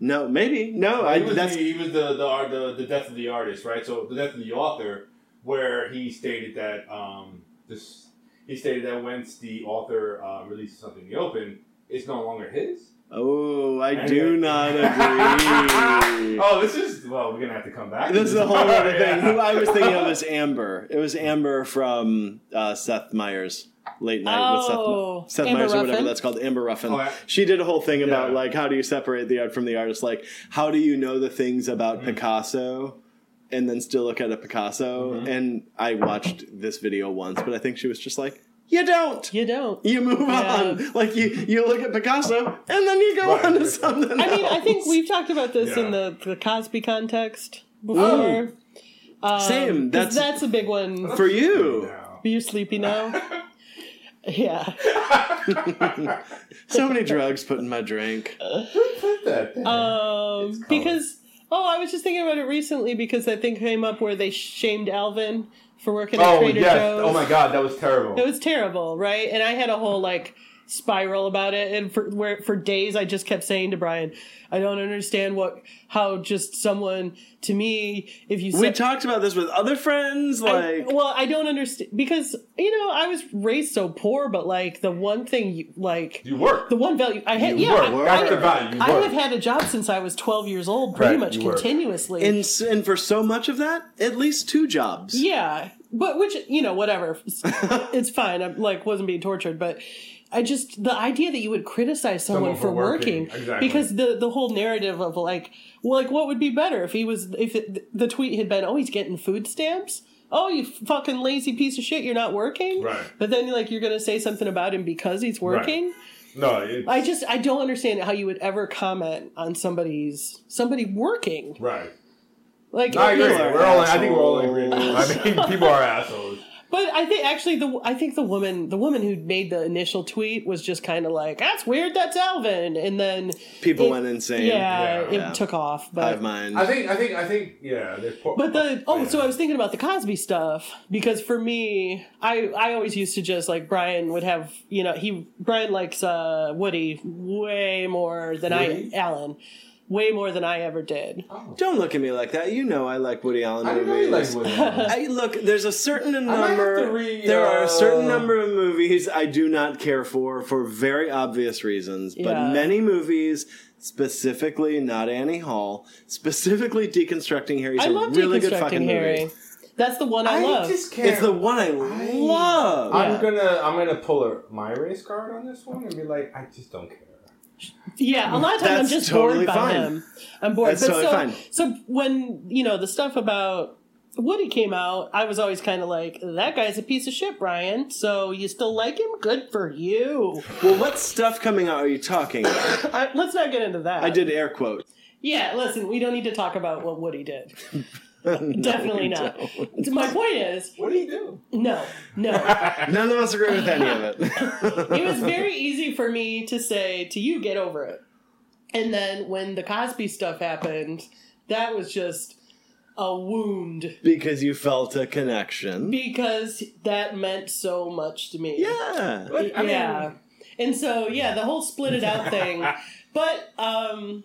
Speaker 3: no maybe no Oh, I,
Speaker 2: he was,
Speaker 3: that's
Speaker 2: the, he was the, the, art- the the death of the artist, right? So the death of the author, where he stated that um, this he stated that once the author uh, releases something in the open, it's no longer his.
Speaker 3: oh I
Speaker 2: And
Speaker 3: do
Speaker 2: it-
Speaker 3: not agree.
Speaker 2: *laughs* oh, this is well, we're gonna have to come back. to
Speaker 3: This is a whole other
Speaker 2: Yeah. *laughs*
Speaker 3: thing. Who I was thinking of is Amber. It was Amber from uh, Seth Meyers. Late night
Speaker 1: Oh,
Speaker 3: with Seth, Seth
Speaker 1: Amber
Speaker 3: Meyers or whatever
Speaker 1: Ruffin?
Speaker 3: that's called, Amber Ruffin.
Speaker 2: Oh, I-
Speaker 3: she did a whole thing about
Speaker 2: Yeah.
Speaker 3: like how do you separate the art from the artist? Like how do you know the things about
Speaker 2: Mm-hmm.
Speaker 3: Picasso and then still look at a Picasso?
Speaker 2: Mm-hmm.
Speaker 3: And I watched this video once, but I think she was just like, you don't.
Speaker 1: You don't.
Speaker 3: You move
Speaker 1: Yeah.
Speaker 3: on. Like you, you look at Picasso and then you go
Speaker 2: Right.
Speaker 3: on to something.
Speaker 1: I mean, I
Speaker 3: *laughs*
Speaker 1: think
Speaker 3: else.
Speaker 1: we've talked about this
Speaker 2: Yeah.
Speaker 1: in the, the Cosby context
Speaker 3: Ooh.
Speaker 1: before. Um,
Speaker 3: Same.
Speaker 1: 'cause
Speaker 3: That's-
Speaker 1: that's a big
Speaker 3: *laughs*
Speaker 1: one.
Speaker 3: for
Speaker 2: *laughs*
Speaker 3: you.
Speaker 2: Now.
Speaker 1: Are you sleepy now? yeah.
Speaker 3: So many drugs put in my drink.
Speaker 1: Uh,
Speaker 2: That- that-
Speaker 1: Um,
Speaker 2: color.
Speaker 1: because oh, I was just thinking about it recently because that thing came up where they shamed Alvin for working at
Speaker 2: oh
Speaker 1: Trader
Speaker 2: yes!
Speaker 1: Joe's.
Speaker 2: Oh my God, that was terrible.
Speaker 1: It was terrible, right? And I had a whole like spiral about it, and for where for days I just kept saying to Brian, "I don't understand what how just someone to me if you
Speaker 3: We
Speaker 1: said-
Speaker 3: talked about this with other friends,
Speaker 1: I-
Speaker 3: like
Speaker 1: well, I don't understand because you know I was raised so poor, but like the one thing you like
Speaker 2: you work.
Speaker 1: the one value I had
Speaker 2: you
Speaker 1: yeah
Speaker 2: work.
Speaker 1: I-
Speaker 2: That's
Speaker 1: I-
Speaker 2: the value. You
Speaker 1: I
Speaker 2: work.
Speaker 1: have had a job since I was 12 years old, pretty
Speaker 2: Right,
Speaker 1: much
Speaker 2: you were.
Speaker 1: continuously.
Speaker 3: and s- and for so much of that, at least two
Speaker 1: *laughs*
Speaker 3: jobs.
Speaker 1: yeah, but which you know, whatever, it's fine. I'm like wasn't being tortured, but I just the idea that you would criticize someone,
Speaker 2: Someone
Speaker 1: for
Speaker 2: for
Speaker 1: working,
Speaker 2: working, exactly.
Speaker 1: because the the whole narrative of like, well, like what would be better if he was if it, the tweet had been, oh, he's getting food stamps. Oh, you fucking lazy piece of shit! You're not working.
Speaker 2: Right.
Speaker 1: But then, like, you're gonna say something about him because he's working.
Speaker 2: No, it,
Speaker 1: I just I don't understand how you would ever comment on somebody's somebody working.
Speaker 2: right.
Speaker 1: Like,
Speaker 2: No, I agree.
Speaker 1: you know,
Speaker 2: We're all. I think we're all in agreement. I mean, people are assholes.
Speaker 1: but I think actually the I think the woman the woman who made the initial tweet was just kind of like that's weird that's Alvin and then
Speaker 3: People
Speaker 1: it-
Speaker 3: went insane.
Speaker 1: yeah,
Speaker 2: Yeah.
Speaker 1: it
Speaker 3: Yeah.
Speaker 1: took off
Speaker 3: I
Speaker 1: but
Speaker 3: have mine.
Speaker 2: I think. I think. I think. Yeah. There's poor,
Speaker 1: But the oh,
Speaker 2: yeah.
Speaker 1: so I was thinking about the Cosby stuff because for me, I I always used to just like Brian would have you know he Brian likes uh Woody way more than
Speaker 2: Woody?
Speaker 1: I Alan, way more than I ever did.
Speaker 3: Don't look at me like that. You know I like Woody Allen
Speaker 2: Oh. I didn't know
Speaker 3: movies.
Speaker 2: you liked Woody Allen.
Speaker 3: I- look, there's a certain
Speaker 2: might have
Speaker 3: number.
Speaker 2: to re-
Speaker 3: there are a certain
Speaker 2: uh,
Speaker 3: number of movies I do not care for for very obvious reasons, but
Speaker 1: Yeah.
Speaker 3: many movies, specifically not Annie Hall, specifically deconstructing Harry. is
Speaker 1: I
Speaker 3: a
Speaker 1: love
Speaker 3: really good
Speaker 1: deconstructing
Speaker 3: fucking
Speaker 1: Harry.
Speaker 3: movie.
Speaker 1: That's the one *laughs* I, love.
Speaker 2: can't.
Speaker 3: It's the one I
Speaker 2: I-
Speaker 3: love.
Speaker 1: I-
Speaker 2: I'm
Speaker 1: Yeah.
Speaker 2: gonna I'm gonna pull a my race card on this one and be like, I just don't care.
Speaker 1: Yeah, a lot of times I'm
Speaker 3: That's
Speaker 1: just
Speaker 3: totally
Speaker 1: bored by
Speaker 3: fine.
Speaker 1: him. I'm bored.
Speaker 3: That's
Speaker 1: but
Speaker 3: totally
Speaker 1: so,
Speaker 3: fine.
Speaker 1: so when you know the stuff about Woody came out, I was always kind of like, "That guy's a piece of shit, Brian." So you still like him? Good for you.
Speaker 3: well, what stuff coming out are you talking about?
Speaker 1: I, let's not get into that.
Speaker 3: I did air quotes. *laughs*
Speaker 1: Yeah, listen, we don't need to talk about what Woody did.
Speaker 3: No,
Speaker 1: Definitely
Speaker 3: we
Speaker 1: not.
Speaker 3: don't.
Speaker 1: My point is,
Speaker 2: What do you *laughs* do?
Speaker 1: no, no.
Speaker 3: None of us agree with any of it. *laughs*
Speaker 1: it was very easy for me to say to you, get over it. And then when the Cosby stuff happened, that was just a wound
Speaker 3: because you felt a connection.
Speaker 1: because that meant so much to me.
Speaker 3: yeah.
Speaker 6: But, I mean-
Speaker 1: yeah. and so yeah, the whole split it out
Speaker 3: *laughs*
Speaker 1: thing. But um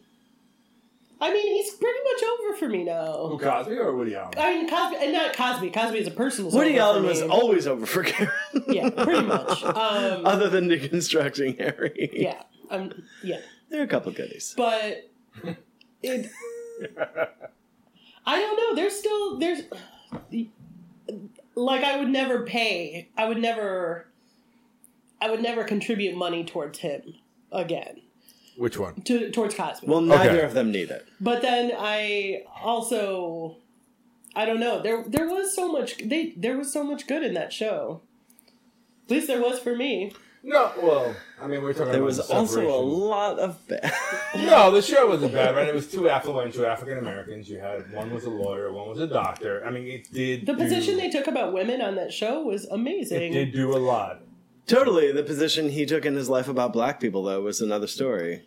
Speaker 1: I mean, he's pretty much over for me now.
Speaker 2: Cosby or Woody Allen?
Speaker 1: I mean, Cosby, and not Cosby. Cosby as a person is
Speaker 3: Woody
Speaker 1: over
Speaker 3: Allen
Speaker 1: for
Speaker 3: was
Speaker 1: me.
Speaker 3: always over for Karen.
Speaker 1: yeah, pretty
Speaker 3: *laughs*
Speaker 1: much. Um,
Speaker 3: Other than deconstructing Harry.
Speaker 1: yeah, um, yeah,
Speaker 3: There are a couple goodies.
Speaker 1: but
Speaker 3: *laughs*
Speaker 1: it. I don't know. There's still there's like I would never pay. I would never. I would never contribute money towards him again
Speaker 6: Which one?
Speaker 1: to towards Cosby.
Speaker 3: Well, neither of them need it.
Speaker 1: But then I also I don't know. There there was so much they there was so much good in that show. At least there was for me.
Speaker 2: No, well, I mean, we're talking
Speaker 3: There
Speaker 2: about
Speaker 3: was
Speaker 2: the
Speaker 3: also a
Speaker 2: separation.
Speaker 3: lot of bad.
Speaker 2: No, the show wasn't bad, right? It was two affluential African Americans. You had one was a lawyer, one was a doctor. I mean, it did
Speaker 1: The
Speaker 2: do-
Speaker 1: position they took about women on that show was
Speaker 2: it
Speaker 1: amazing.
Speaker 2: did do a lot.
Speaker 3: *laughs* totally. The position he took in his life about black people, though, was another story.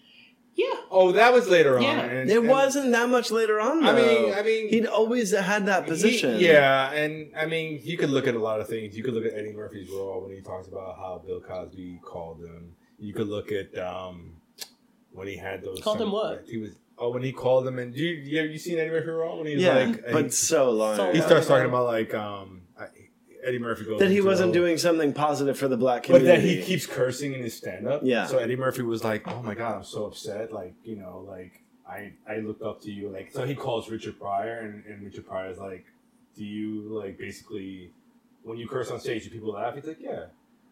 Speaker 1: Yeah.
Speaker 2: Oh, that was later
Speaker 1: Yeah.
Speaker 2: on.
Speaker 3: It wasn't that much later on, though.
Speaker 2: I mean- I mean-
Speaker 3: he'd always had that position.
Speaker 2: yeah, and I mean, you could look at a lot of things. You could look at Eddie Murphy's role when he talks about how Bill Cosby called him. You could look at um, when he had those
Speaker 1: Called him what?
Speaker 2: He was oh, when he called him, and do you, you have you seen Eddie Murphy role when he was
Speaker 3: yeah,
Speaker 2: like,
Speaker 3: but so long.
Speaker 1: So
Speaker 2: he, he
Speaker 1: long.
Speaker 2: starts talking about like um, I, Eddie Murphy goes
Speaker 3: that he
Speaker 2: into
Speaker 3: wasn't
Speaker 2: a-
Speaker 3: doing something positive for the black
Speaker 2: But
Speaker 3: community.
Speaker 2: that he keeps cursing in his stand up.
Speaker 3: Yeah.
Speaker 2: So Eddie Murphy was like, Oh my god, I'm so upset. Like, you know, like I I looked up to you. Like so he calls Richard Pryor and, and Richard Pryor's like, Do you like basically when you curse on stage do people laugh? He's like, Yeah.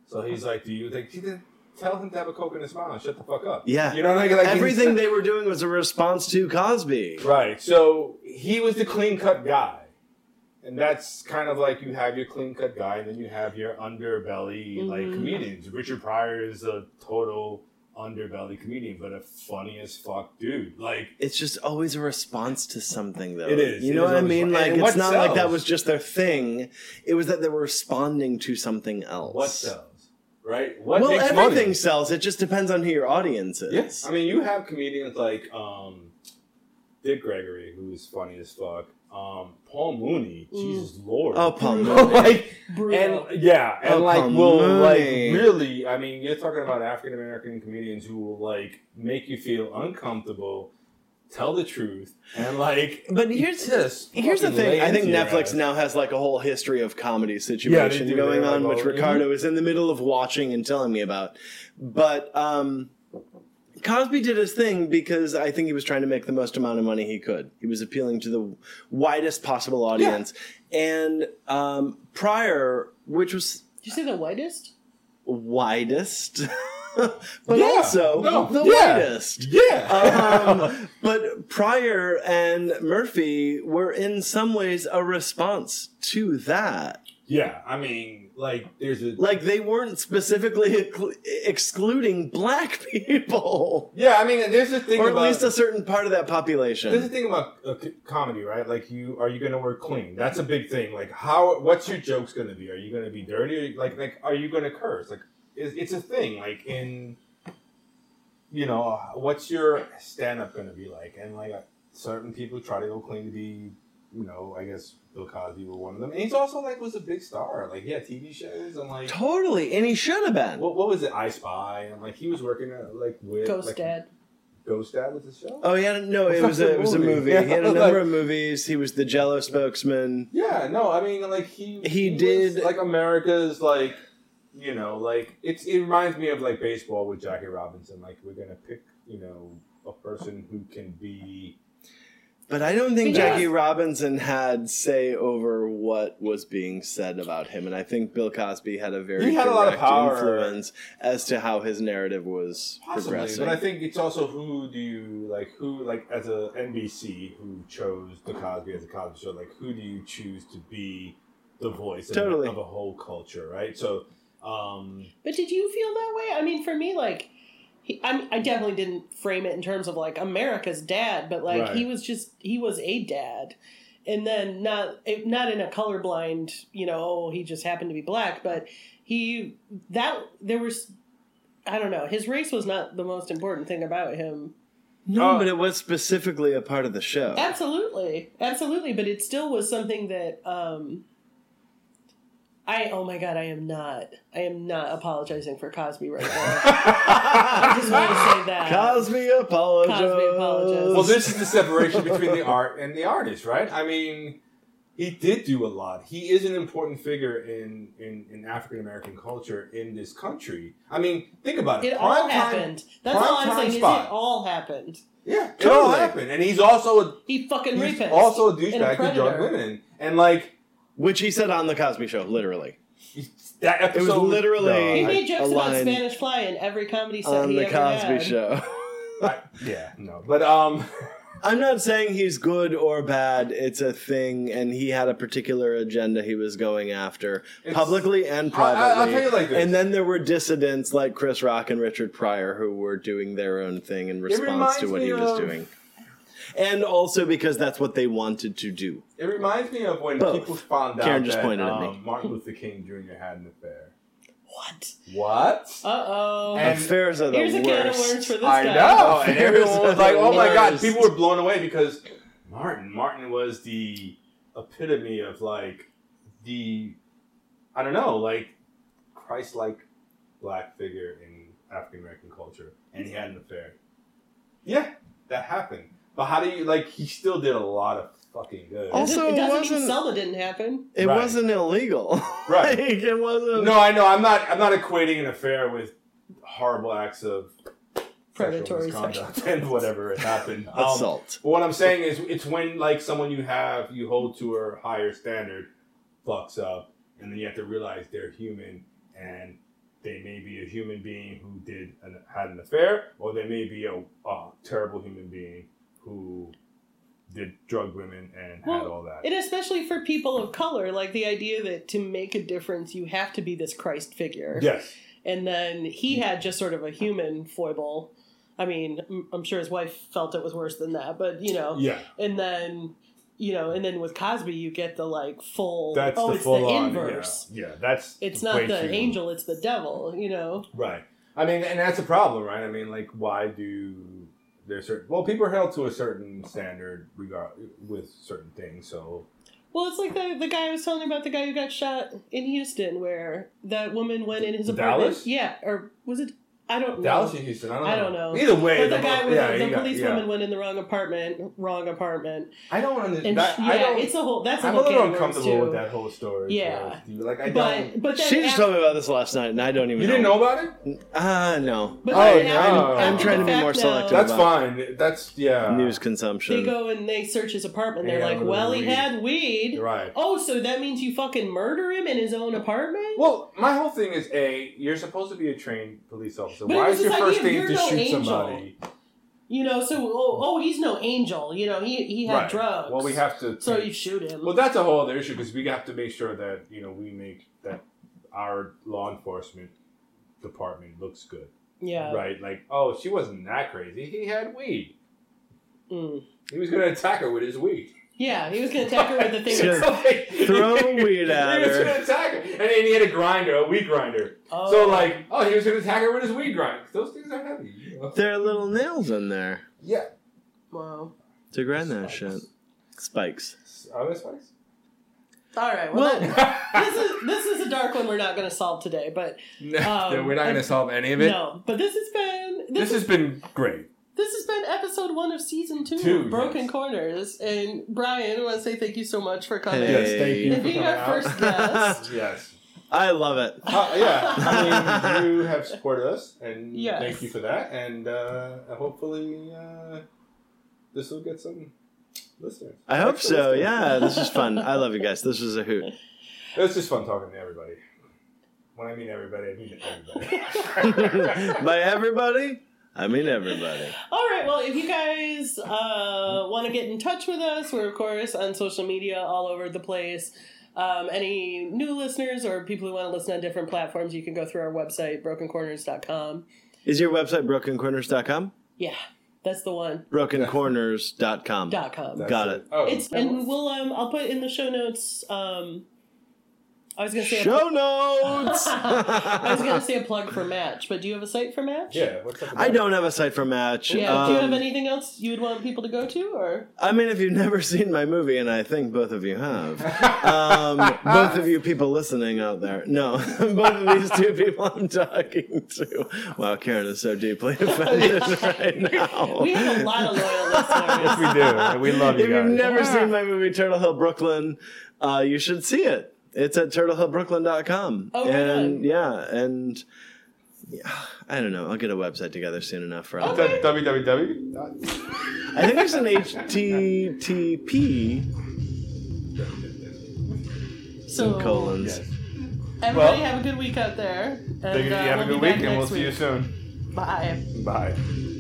Speaker 2: So he's like, Do you like he did tell him to have a coke in his mouth and shut the fuck up?
Speaker 3: Yeah.
Speaker 2: You know like, like he's-
Speaker 3: Everything they were doing was a response to Cosby.
Speaker 2: Right. So he was the clean cut guy. And that's kind of like you have your clean cut guy, and then you have your underbelly like
Speaker 1: Mhm.
Speaker 2: comedians. Richard Pryor is a total underbelly comedian, but a funny as fuck dude. Like
Speaker 3: It's just always a response to something, though.
Speaker 2: It is.
Speaker 3: You
Speaker 2: It
Speaker 3: know
Speaker 2: is
Speaker 3: what I
Speaker 2: always-
Speaker 3: mean?
Speaker 2: and
Speaker 3: Like, it's
Speaker 2: what
Speaker 3: not like that
Speaker 2: sells?
Speaker 3: was just their thing. It was that they were responding to something else.
Speaker 2: what sells, right? What
Speaker 3: well,
Speaker 2: makes
Speaker 3: everything
Speaker 2: money?
Speaker 3: sells. It just depends on who your audience is.
Speaker 2: Yes, I mean you have comedians like um, Dick Gregory, who is funny as fuck. Um, Paul Mooney, Jesus Lord.
Speaker 3: oh, Paul Mooney.
Speaker 2: like
Speaker 1: Brutal.
Speaker 2: and yeah, and
Speaker 3: Oh,
Speaker 2: like
Speaker 3: come
Speaker 2: will
Speaker 3: on.
Speaker 2: like really. I mean, you're talking about African American comedians who will like make you feel uncomfortable, tell the truth, and like.
Speaker 3: But here's
Speaker 2: just
Speaker 3: here's the
Speaker 2: fucking lay
Speaker 3: thing. I
Speaker 2: into
Speaker 3: think
Speaker 2: your
Speaker 3: Netflix
Speaker 2: ass.
Speaker 3: now has like a whole history of comedy situation
Speaker 2: do.
Speaker 3: going
Speaker 2: They're
Speaker 3: on,
Speaker 2: like,
Speaker 3: which
Speaker 2: oh,
Speaker 3: Ricardo is in the middle of watching and telling me about. But um, Cosby did his thing because I think he was trying to make the most amount of money he could. He was appealing to the widest possible audience, and um, Pryor, which was
Speaker 1: Did you say the whitest?
Speaker 3: widest, *laughs* but also
Speaker 2: no,
Speaker 3: the
Speaker 2: yeah.
Speaker 3: widest
Speaker 2: Yeah.
Speaker 3: *laughs* um, but Pryor and Murphy were in some ways a response to that.
Speaker 2: *laughs* yeah. I mean, like, there's a.
Speaker 3: Like they weren't specifically exclu- excluding black *laughs* people,
Speaker 2: yeah, I mean, there's a thing
Speaker 3: or at
Speaker 2: about.
Speaker 3: least a certain part of that
Speaker 2: there's the
Speaker 3: population.
Speaker 2: thing about uh, c- comedy, right? Like, you are you going to work clean? That's a big thing. Like, how? What's your jokes going to be? Are you going to be dirty? Or, like, like, are you going to curse? Like, it's, it's a thing. Like in you know, what's your stand up going to be like? And like certain people try to go claim to be, you know, I guess Bill Cosby was one of them. And he's also like was a big star. Like he had TV shows and like
Speaker 3: Totally, and he should have been.
Speaker 2: what, what was it? I Spy and like he was working at, like with
Speaker 1: Ghost
Speaker 2: like,
Speaker 1: Dad.
Speaker 2: Ghost Dad was the show.
Speaker 3: Oh, he had a, no. It was a, it *laughs* was a movie. He had a
Speaker 2: Yeah,
Speaker 3: number
Speaker 2: like-
Speaker 3: of movies. He was the Jello spokesman.
Speaker 2: yeah, no, I mean like he
Speaker 3: He
Speaker 2: was,
Speaker 3: did-
Speaker 2: like America's like. You know, like it's it reminds me of like baseball with Jackie Robinson. Like we're gonna pick, you know, a person who can be
Speaker 3: But I don't think
Speaker 1: Because-
Speaker 3: Jackie Robinson had say over what was being said about him, and I think Bill Cosby had a very
Speaker 2: He had a lot of
Speaker 3: direct
Speaker 2: power.
Speaker 3: influence as to how his narrative was
Speaker 2: Possibly,
Speaker 3: progressing.
Speaker 2: but I think it's also who do you like? Who like as a NBC who chose the Cosby as a Cosby show? Like who do you choose to be the voice of-
Speaker 3: Totally.
Speaker 2: of, a whole culture? Right. So, um,
Speaker 1: But did you feel that way? I mean, for me, like, he, I, I definitely didn't frame it in terms of like America's dad, but like he
Speaker 2: Right.
Speaker 1: was just he was a dad, and then not it- not in a colorblind, you know, oh, he just happened to be black, but he that there was, I don't know, his race was not the most important thing about him.
Speaker 3: No,
Speaker 2: Uh,
Speaker 3: but it was specifically a part of the show.
Speaker 1: Absolutely, absolutely. But it still was something that um, I. Oh my god, I am not. I am not apologizing for Cosby right
Speaker 3: *laughs*
Speaker 1: now. I just want to say that.
Speaker 3: Cosby apologized.
Speaker 1: Cosby apologized.
Speaker 2: Well, this is the separation between the art and the artist, right? I mean, he did do a lot. He is an important figure in in, in African American culture in this country. I mean, think about it.
Speaker 1: it all
Speaker 2: Primetime-
Speaker 1: happened. That's all I'm
Speaker 2: primetime
Speaker 1: saying. Is
Speaker 2: spot.
Speaker 1: it all happened?
Speaker 2: Yeah, it all
Speaker 3: Totally.
Speaker 2: happened, and he's also a
Speaker 1: He fucking
Speaker 2: he's
Speaker 1: rapist.
Speaker 2: also a
Speaker 1: and
Speaker 2: douchebag who drugged
Speaker 1: predator.
Speaker 2: women, and like
Speaker 3: Which he said on the Cosby Show, literally.
Speaker 2: that
Speaker 3: It was
Speaker 2: episode
Speaker 3: literally-
Speaker 1: He
Speaker 2: No, I-
Speaker 1: made jokes
Speaker 3: A
Speaker 1: about
Speaker 3: line
Speaker 1: Spanish fly in every comedy set
Speaker 3: on
Speaker 1: he
Speaker 3: the
Speaker 1: ever
Speaker 3: Cosby
Speaker 1: had.
Speaker 3: Show. *laughs*
Speaker 2: I- yeah, no, but um,
Speaker 3: I'm not saying he's good or bad. It's a thing, and he had a particular agenda he was going after,
Speaker 2: It's-
Speaker 3: publicly and
Speaker 2: I-
Speaker 3: privately.
Speaker 2: I- I'll tell you like this.
Speaker 3: And then there were dissidents like Chris Rock and Richard Pryor who were doing their own thing in response
Speaker 2: reminds
Speaker 3: to what
Speaker 2: me
Speaker 3: he was
Speaker 2: of-
Speaker 3: doing. And also because that's what they wanted to do.
Speaker 2: it reminds me of when
Speaker 3: Both.
Speaker 2: people found out
Speaker 3: Karen just
Speaker 2: that
Speaker 3: pointed at me.
Speaker 2: um, Martin Luther King Jr. had an affair.
Speaker 1: What?
Speaker 2: What?
Speaker 1: Uh oh.
Speaker 2: And-
Speaker 3: Affairs are the
Speaker 1: Here's a
Speaker 3: worst.
Speaker 1: can of worms for this
Speaker 2: I
Speaker 1: guy.
Speaker 2: know, *laughs* and
Speaker 3: Affairs
Speaker 2: everyone
Speaker 1: *laughs*
Speaker 3: are
Speaker 2: was like,
Speaker 3: the
Speaker 2: "Oh my god!"
Speaker 3: worst.
Speaker 2: People were blown away because Martin, Martin was the epitome of like the, I don't know, like Christ-like black figure in African American culture, and he had an affair. Yeah, that happened. But how do you like? He still did a lot of fucking good.
Speaker 3: Oh,
Speaker 1: Doesn't-
Speaker 3: Also,
Speaker 1: it
Speaker 3: it
Speaker 1: doesn't mean
Speaker 3: wasn't-
Speaker 1: Selma didn't happen.
Speaker 3: It
Speaker 2: Right.
Speaker 3: wasn't illegal.
Speaker 2: Right.
Speaker 3: *laughs* Like, it wasn't.
Speaker 2: No, I know. I'm not. I'm not equating an affair with horrible acts of sexual
Speaker 1: Predatory
Speaker 2: misconduct *laughs* and whatever it happened. Um,
Speaker 3: Assault.
Speaker 2: But what I'm saying is, it's when like someone you have you hold to a higher standard fucks up, and then you have to realize they're human, and they may be a human being who did an, had an affair, or they may be a, a terrible human being who did drug women and had
Speaker 1: Well,
Speaker 2: all that.
Speaker 1: And especially for people of color, like the idea that to make a difference, you have to be this Christ figure.
Speaker 2: yes,
Speaker 1: And then he had just sort of a human foible. I mean, m- I'm sure his wife felt it was worse than that, but you know.
Speaker 2: yeah,
Speaker 1: And then, you know, and then with Cosby, you get the like full.
Speaker 2: that's
Speaker 1: oh,
Speaker 2: the
Speaker 1: it's
Speaker 2: full
Speaker 1: the
Speaker 2: on.
Speaker 1: inverse.
Speaker 2: Yeah, yeah, that's
Speaker 1: It's not
Speaker 2: way
Speaker 1: the
Speaker 2: too-
Speaker 1: angel; it's the devil. You know.
Speaker 2: Right. I mean, and that's a problem, right? I mean, like, why do there's certain? Well, people are held to a certain standard regard with certain things. So
Speaker 1: Well, it's like the, the guy I was telling you about, the guy who got shot in Houston, where that woman went in his apartment.
Speaker 2: Dallas?
Speaker 1: Yeah, or was it? I don't know.
Speaker 2: Dallas or Houston, I don't know.
Speaker 1: I don't know.
Speaker 2: Either way,
Speaker 1: But the guy, with
Speaker 2: yeah,
Speaker 1: the,
Speaker 2: you
Speaker 1: the
Speaker 2: got-
Speaker 1: police
Speaker 2: yeah.
Speaker 1: woman went in the wrong apartment, wrong apartment,
Speaker 2: I don't
Speaker 1: and
Speaker 2: understand.
Speaker 1: she-
Speaker 2: I
Speaker 1: yeah,
Speaker 2: don't.
Speaker 1: it's a whole. That's a
Speaker 2: I'm a
Speaker 1: whole
Speaker 2: little
Speaker 1: game of worms,
Speaker 2: uncomfortable
Speaker 1: too.
Speaker 2: with that whole story.
Speaker 1: Yeah.
Speaker 2: so, like I don't.
Speaker 1: But but then
Speaker 3: She just
Speaker 1: after,
Speaker 3: told me about this last night, and I don't even.
Speaker 2: You didn't know about it?
Speaker 3: Ah, no.
Speaker 1: But
Speaker 2: Oh,
Speaker 1: then
Speaker 2: no.
Speaker 1: after-
Speaker 2: I'm
Speaker 1: after
Speaker 3: trying to
Speaker 1: the
Speaker 3: be more
Speaker 1: fact,
Speaker 3: selective.
Speaker 1: though,
Speaker 2: That's fine. That's yeah.
Speaker 3: News
Speaker 1: They
Speaker 3: consumption.
Speaker 1: go and they search his apartment. They're
Speaker 2: Yeah,
Speaker 1: like,
Speaker 2: with
Speaker 1: "Well,
Speaker 2: the
Speaker 1: he
Speaker 2: weed.
Speaker 1: had weed."
Speaker 2: You're right.
Speaker 1: Oh, so that means you fucking murder him in his own apartment?
Speaker 2: Well, my whole thing is a. You're supposed to be a trained police officer.
Speaker 1: But it
Speaker 2: Why
Speaker 1: was
Speaker 2: is your
Speaker 1: this idea
Speaker 2: first
Speaker 1: of
Speaker 2: thing
Speaker 1: you're
Speaker 2: to
Speaker 1: no
Speaker 2: shoot
Speaker 1: angel.
Speaker 2: somebody?
Speaker 1: You know, so oh, oh, he's no angel. You know, he he had
Speaker 2: right.
Speaker 1: drugs.
Speaker 2: Well, we have to.
Speaker 1: So
Speaker 2: take-
Speaker 1: you shoot him.
Speaker 2: Well, that's a whole other issue because we have to make sure that you know we make that our law enforcement department looks good,
Speaker 1: yeah.
Speaker 2: right? Like, oh, she wasn't that crazy. He had weed.
Speaker 1: Mm.
Speaker 2: He was going to attack her with his weed.
Speaker 1: Yeah, he was gonna attack her with the
Speaker 2: *laughs*
Speaker 1: thing.
Speaker 3: Sure.
Speaker 1: That,
Speaker 2: Like,
Speaker 3: Throw weed at
Speaker 2: He was
Speaker 3: her.
Speaker 2: going to attack her, and then he had a grinder, a weed grinder.
Speaker 1: *laughs* oh,
Speaker 2: So like, oh, he was going to attack her with his weed grinder. Those things are heavy. you know?
Speaker 3: There are little nails in there
Speaker 2: Yeah.
Speaker 1: wow.
Speaker 3: to grind that shit. Spikes.
Speaker 2: Are there *laughs* spikes?
Speaker 1: All right. Well,
Speaker 3: Well,
Speaker 1: that- this is this is a dark one we're not gonna solve today, but
Speaker 2: *laughs* no,
Speaker 1: Um,
Speaker 2: we're not going to
Speaker 1: and-
Speaker 2: solve any of it.
Speaker 1: no. But this has been this,
Speaker 2: This
Speaker 1: is
Speaker 2: has been great.
Speaker 1: this has been episode one of season two,
Speaker 2: Two,
Speaker 1: of Broken
Speaker 2: yes.
Speaker 1: Corners. And Brian, I want to say thank you so much for coming.
Speaker 3: Hey.
Speaker 2: Yes, thank you
Speaker 1: And
Speaker 2: for
Speaker 1: being
Speaker 2: coming
Speaker 1: our
Speaker 2: out.
Speaker 1: first guest. *laughs*
Speaker 2: Yes.
Speaker 3: I love it.
Speaker 2: Uh, yeah, I mean, you have supported us, and
Speaker 1: Yes.
Speaker 2: thank you for that. And uh, hopefully, uh, this will get some listeners.
Speaker 3: I hope
Speaker 2: Extra
Speaker 3: so.
Speaker 2: listeners.
Speaker 3: Yeah, this is fun. I love you guys. This was a hoot.
Speaker 2: It was just fun talking to everybody. When I mean everybody, I mean everybody.
Speaker 3: *laughs* By everybody, I mean everybody.
Speaker 1: All right. Well, if you guys uh, want to get in touch with us, we're of course on social media all over the place. Um, any new listeners or people who want to listen on different platforms, you can go through our website, brokencorners.com.
Speaker 3: Is your website brokencorners.com?
Speaker 1: Yeah, that's the one.
Speaker 3: Brokencorners.com.
Speaker 1: Dot com.
Speaker 2: That's
Speaker 3: Got it.
Speaker 2: Oh,
Speaker 1: It's and we'll um I'll put in the show notes um I was gonna say. A
Speaker 3: Show
Speaker 1: *laughs*
Speaker 3: notes.
Speaker 1: I was gonna say a plug for Match, but do you have a site for Match?
Speaker 5: Yeah, what's up?
Speaker 3: I don't have a site for Match.
Speaker 1: Yeah. do you have
Speaker 3: Um,
Speaker 1: anything else you would want people to go to, or
Speaker 3: I mean, if you've never seen my movie, and I think both of
Speaker 1: *laughs*
Speaker 3: you have, um, both of you people listening out there, no, *laughs* both of these two people I'm talking to. Wow, Karen is so deeply
Speaker 1: *laughs*
Speaker 3: offended right now.
Speaker 1: we have a lot of
Speaker 3: *laughs*
Speaker 1: loyal listeners.
Speaker 5: We do. and We love you
Speaker 3: if you've
Speaker 5: guys.
Speaker 3: never seen my movie Turtle Hill Brooklyn, uh, you should see it. It's at turtlehillbrooklyn.com.
Speaker 1: Oh, right
Speaker 3: and
Speaker 1: on.
Speaker 3: yeah, and yeah, I don't know. I'll get a website together soon enough for all that.
Speaker 5: That www.
Speaker 3: I think there's an HTTP
Speaker 1: so,
Speaker 3: colons.
Speaker 5: Yes.
Speaker 1: everybody
Speaker 5: Well-
Speaker 1: have a good week out there, and
Speaker 5: Thank you.
Speaker 1: uh,
Speaker 5: have a
Speaker 1: we'll
Speaker 5: good
Speaker 1: be back
Speaker 5: week, and
Speaker 1: next
Speaker 5: we'll see you
Speaker 1: week.
Speaker 5: soon.
Speaker 1: Bye.
Speaker 5: Bye.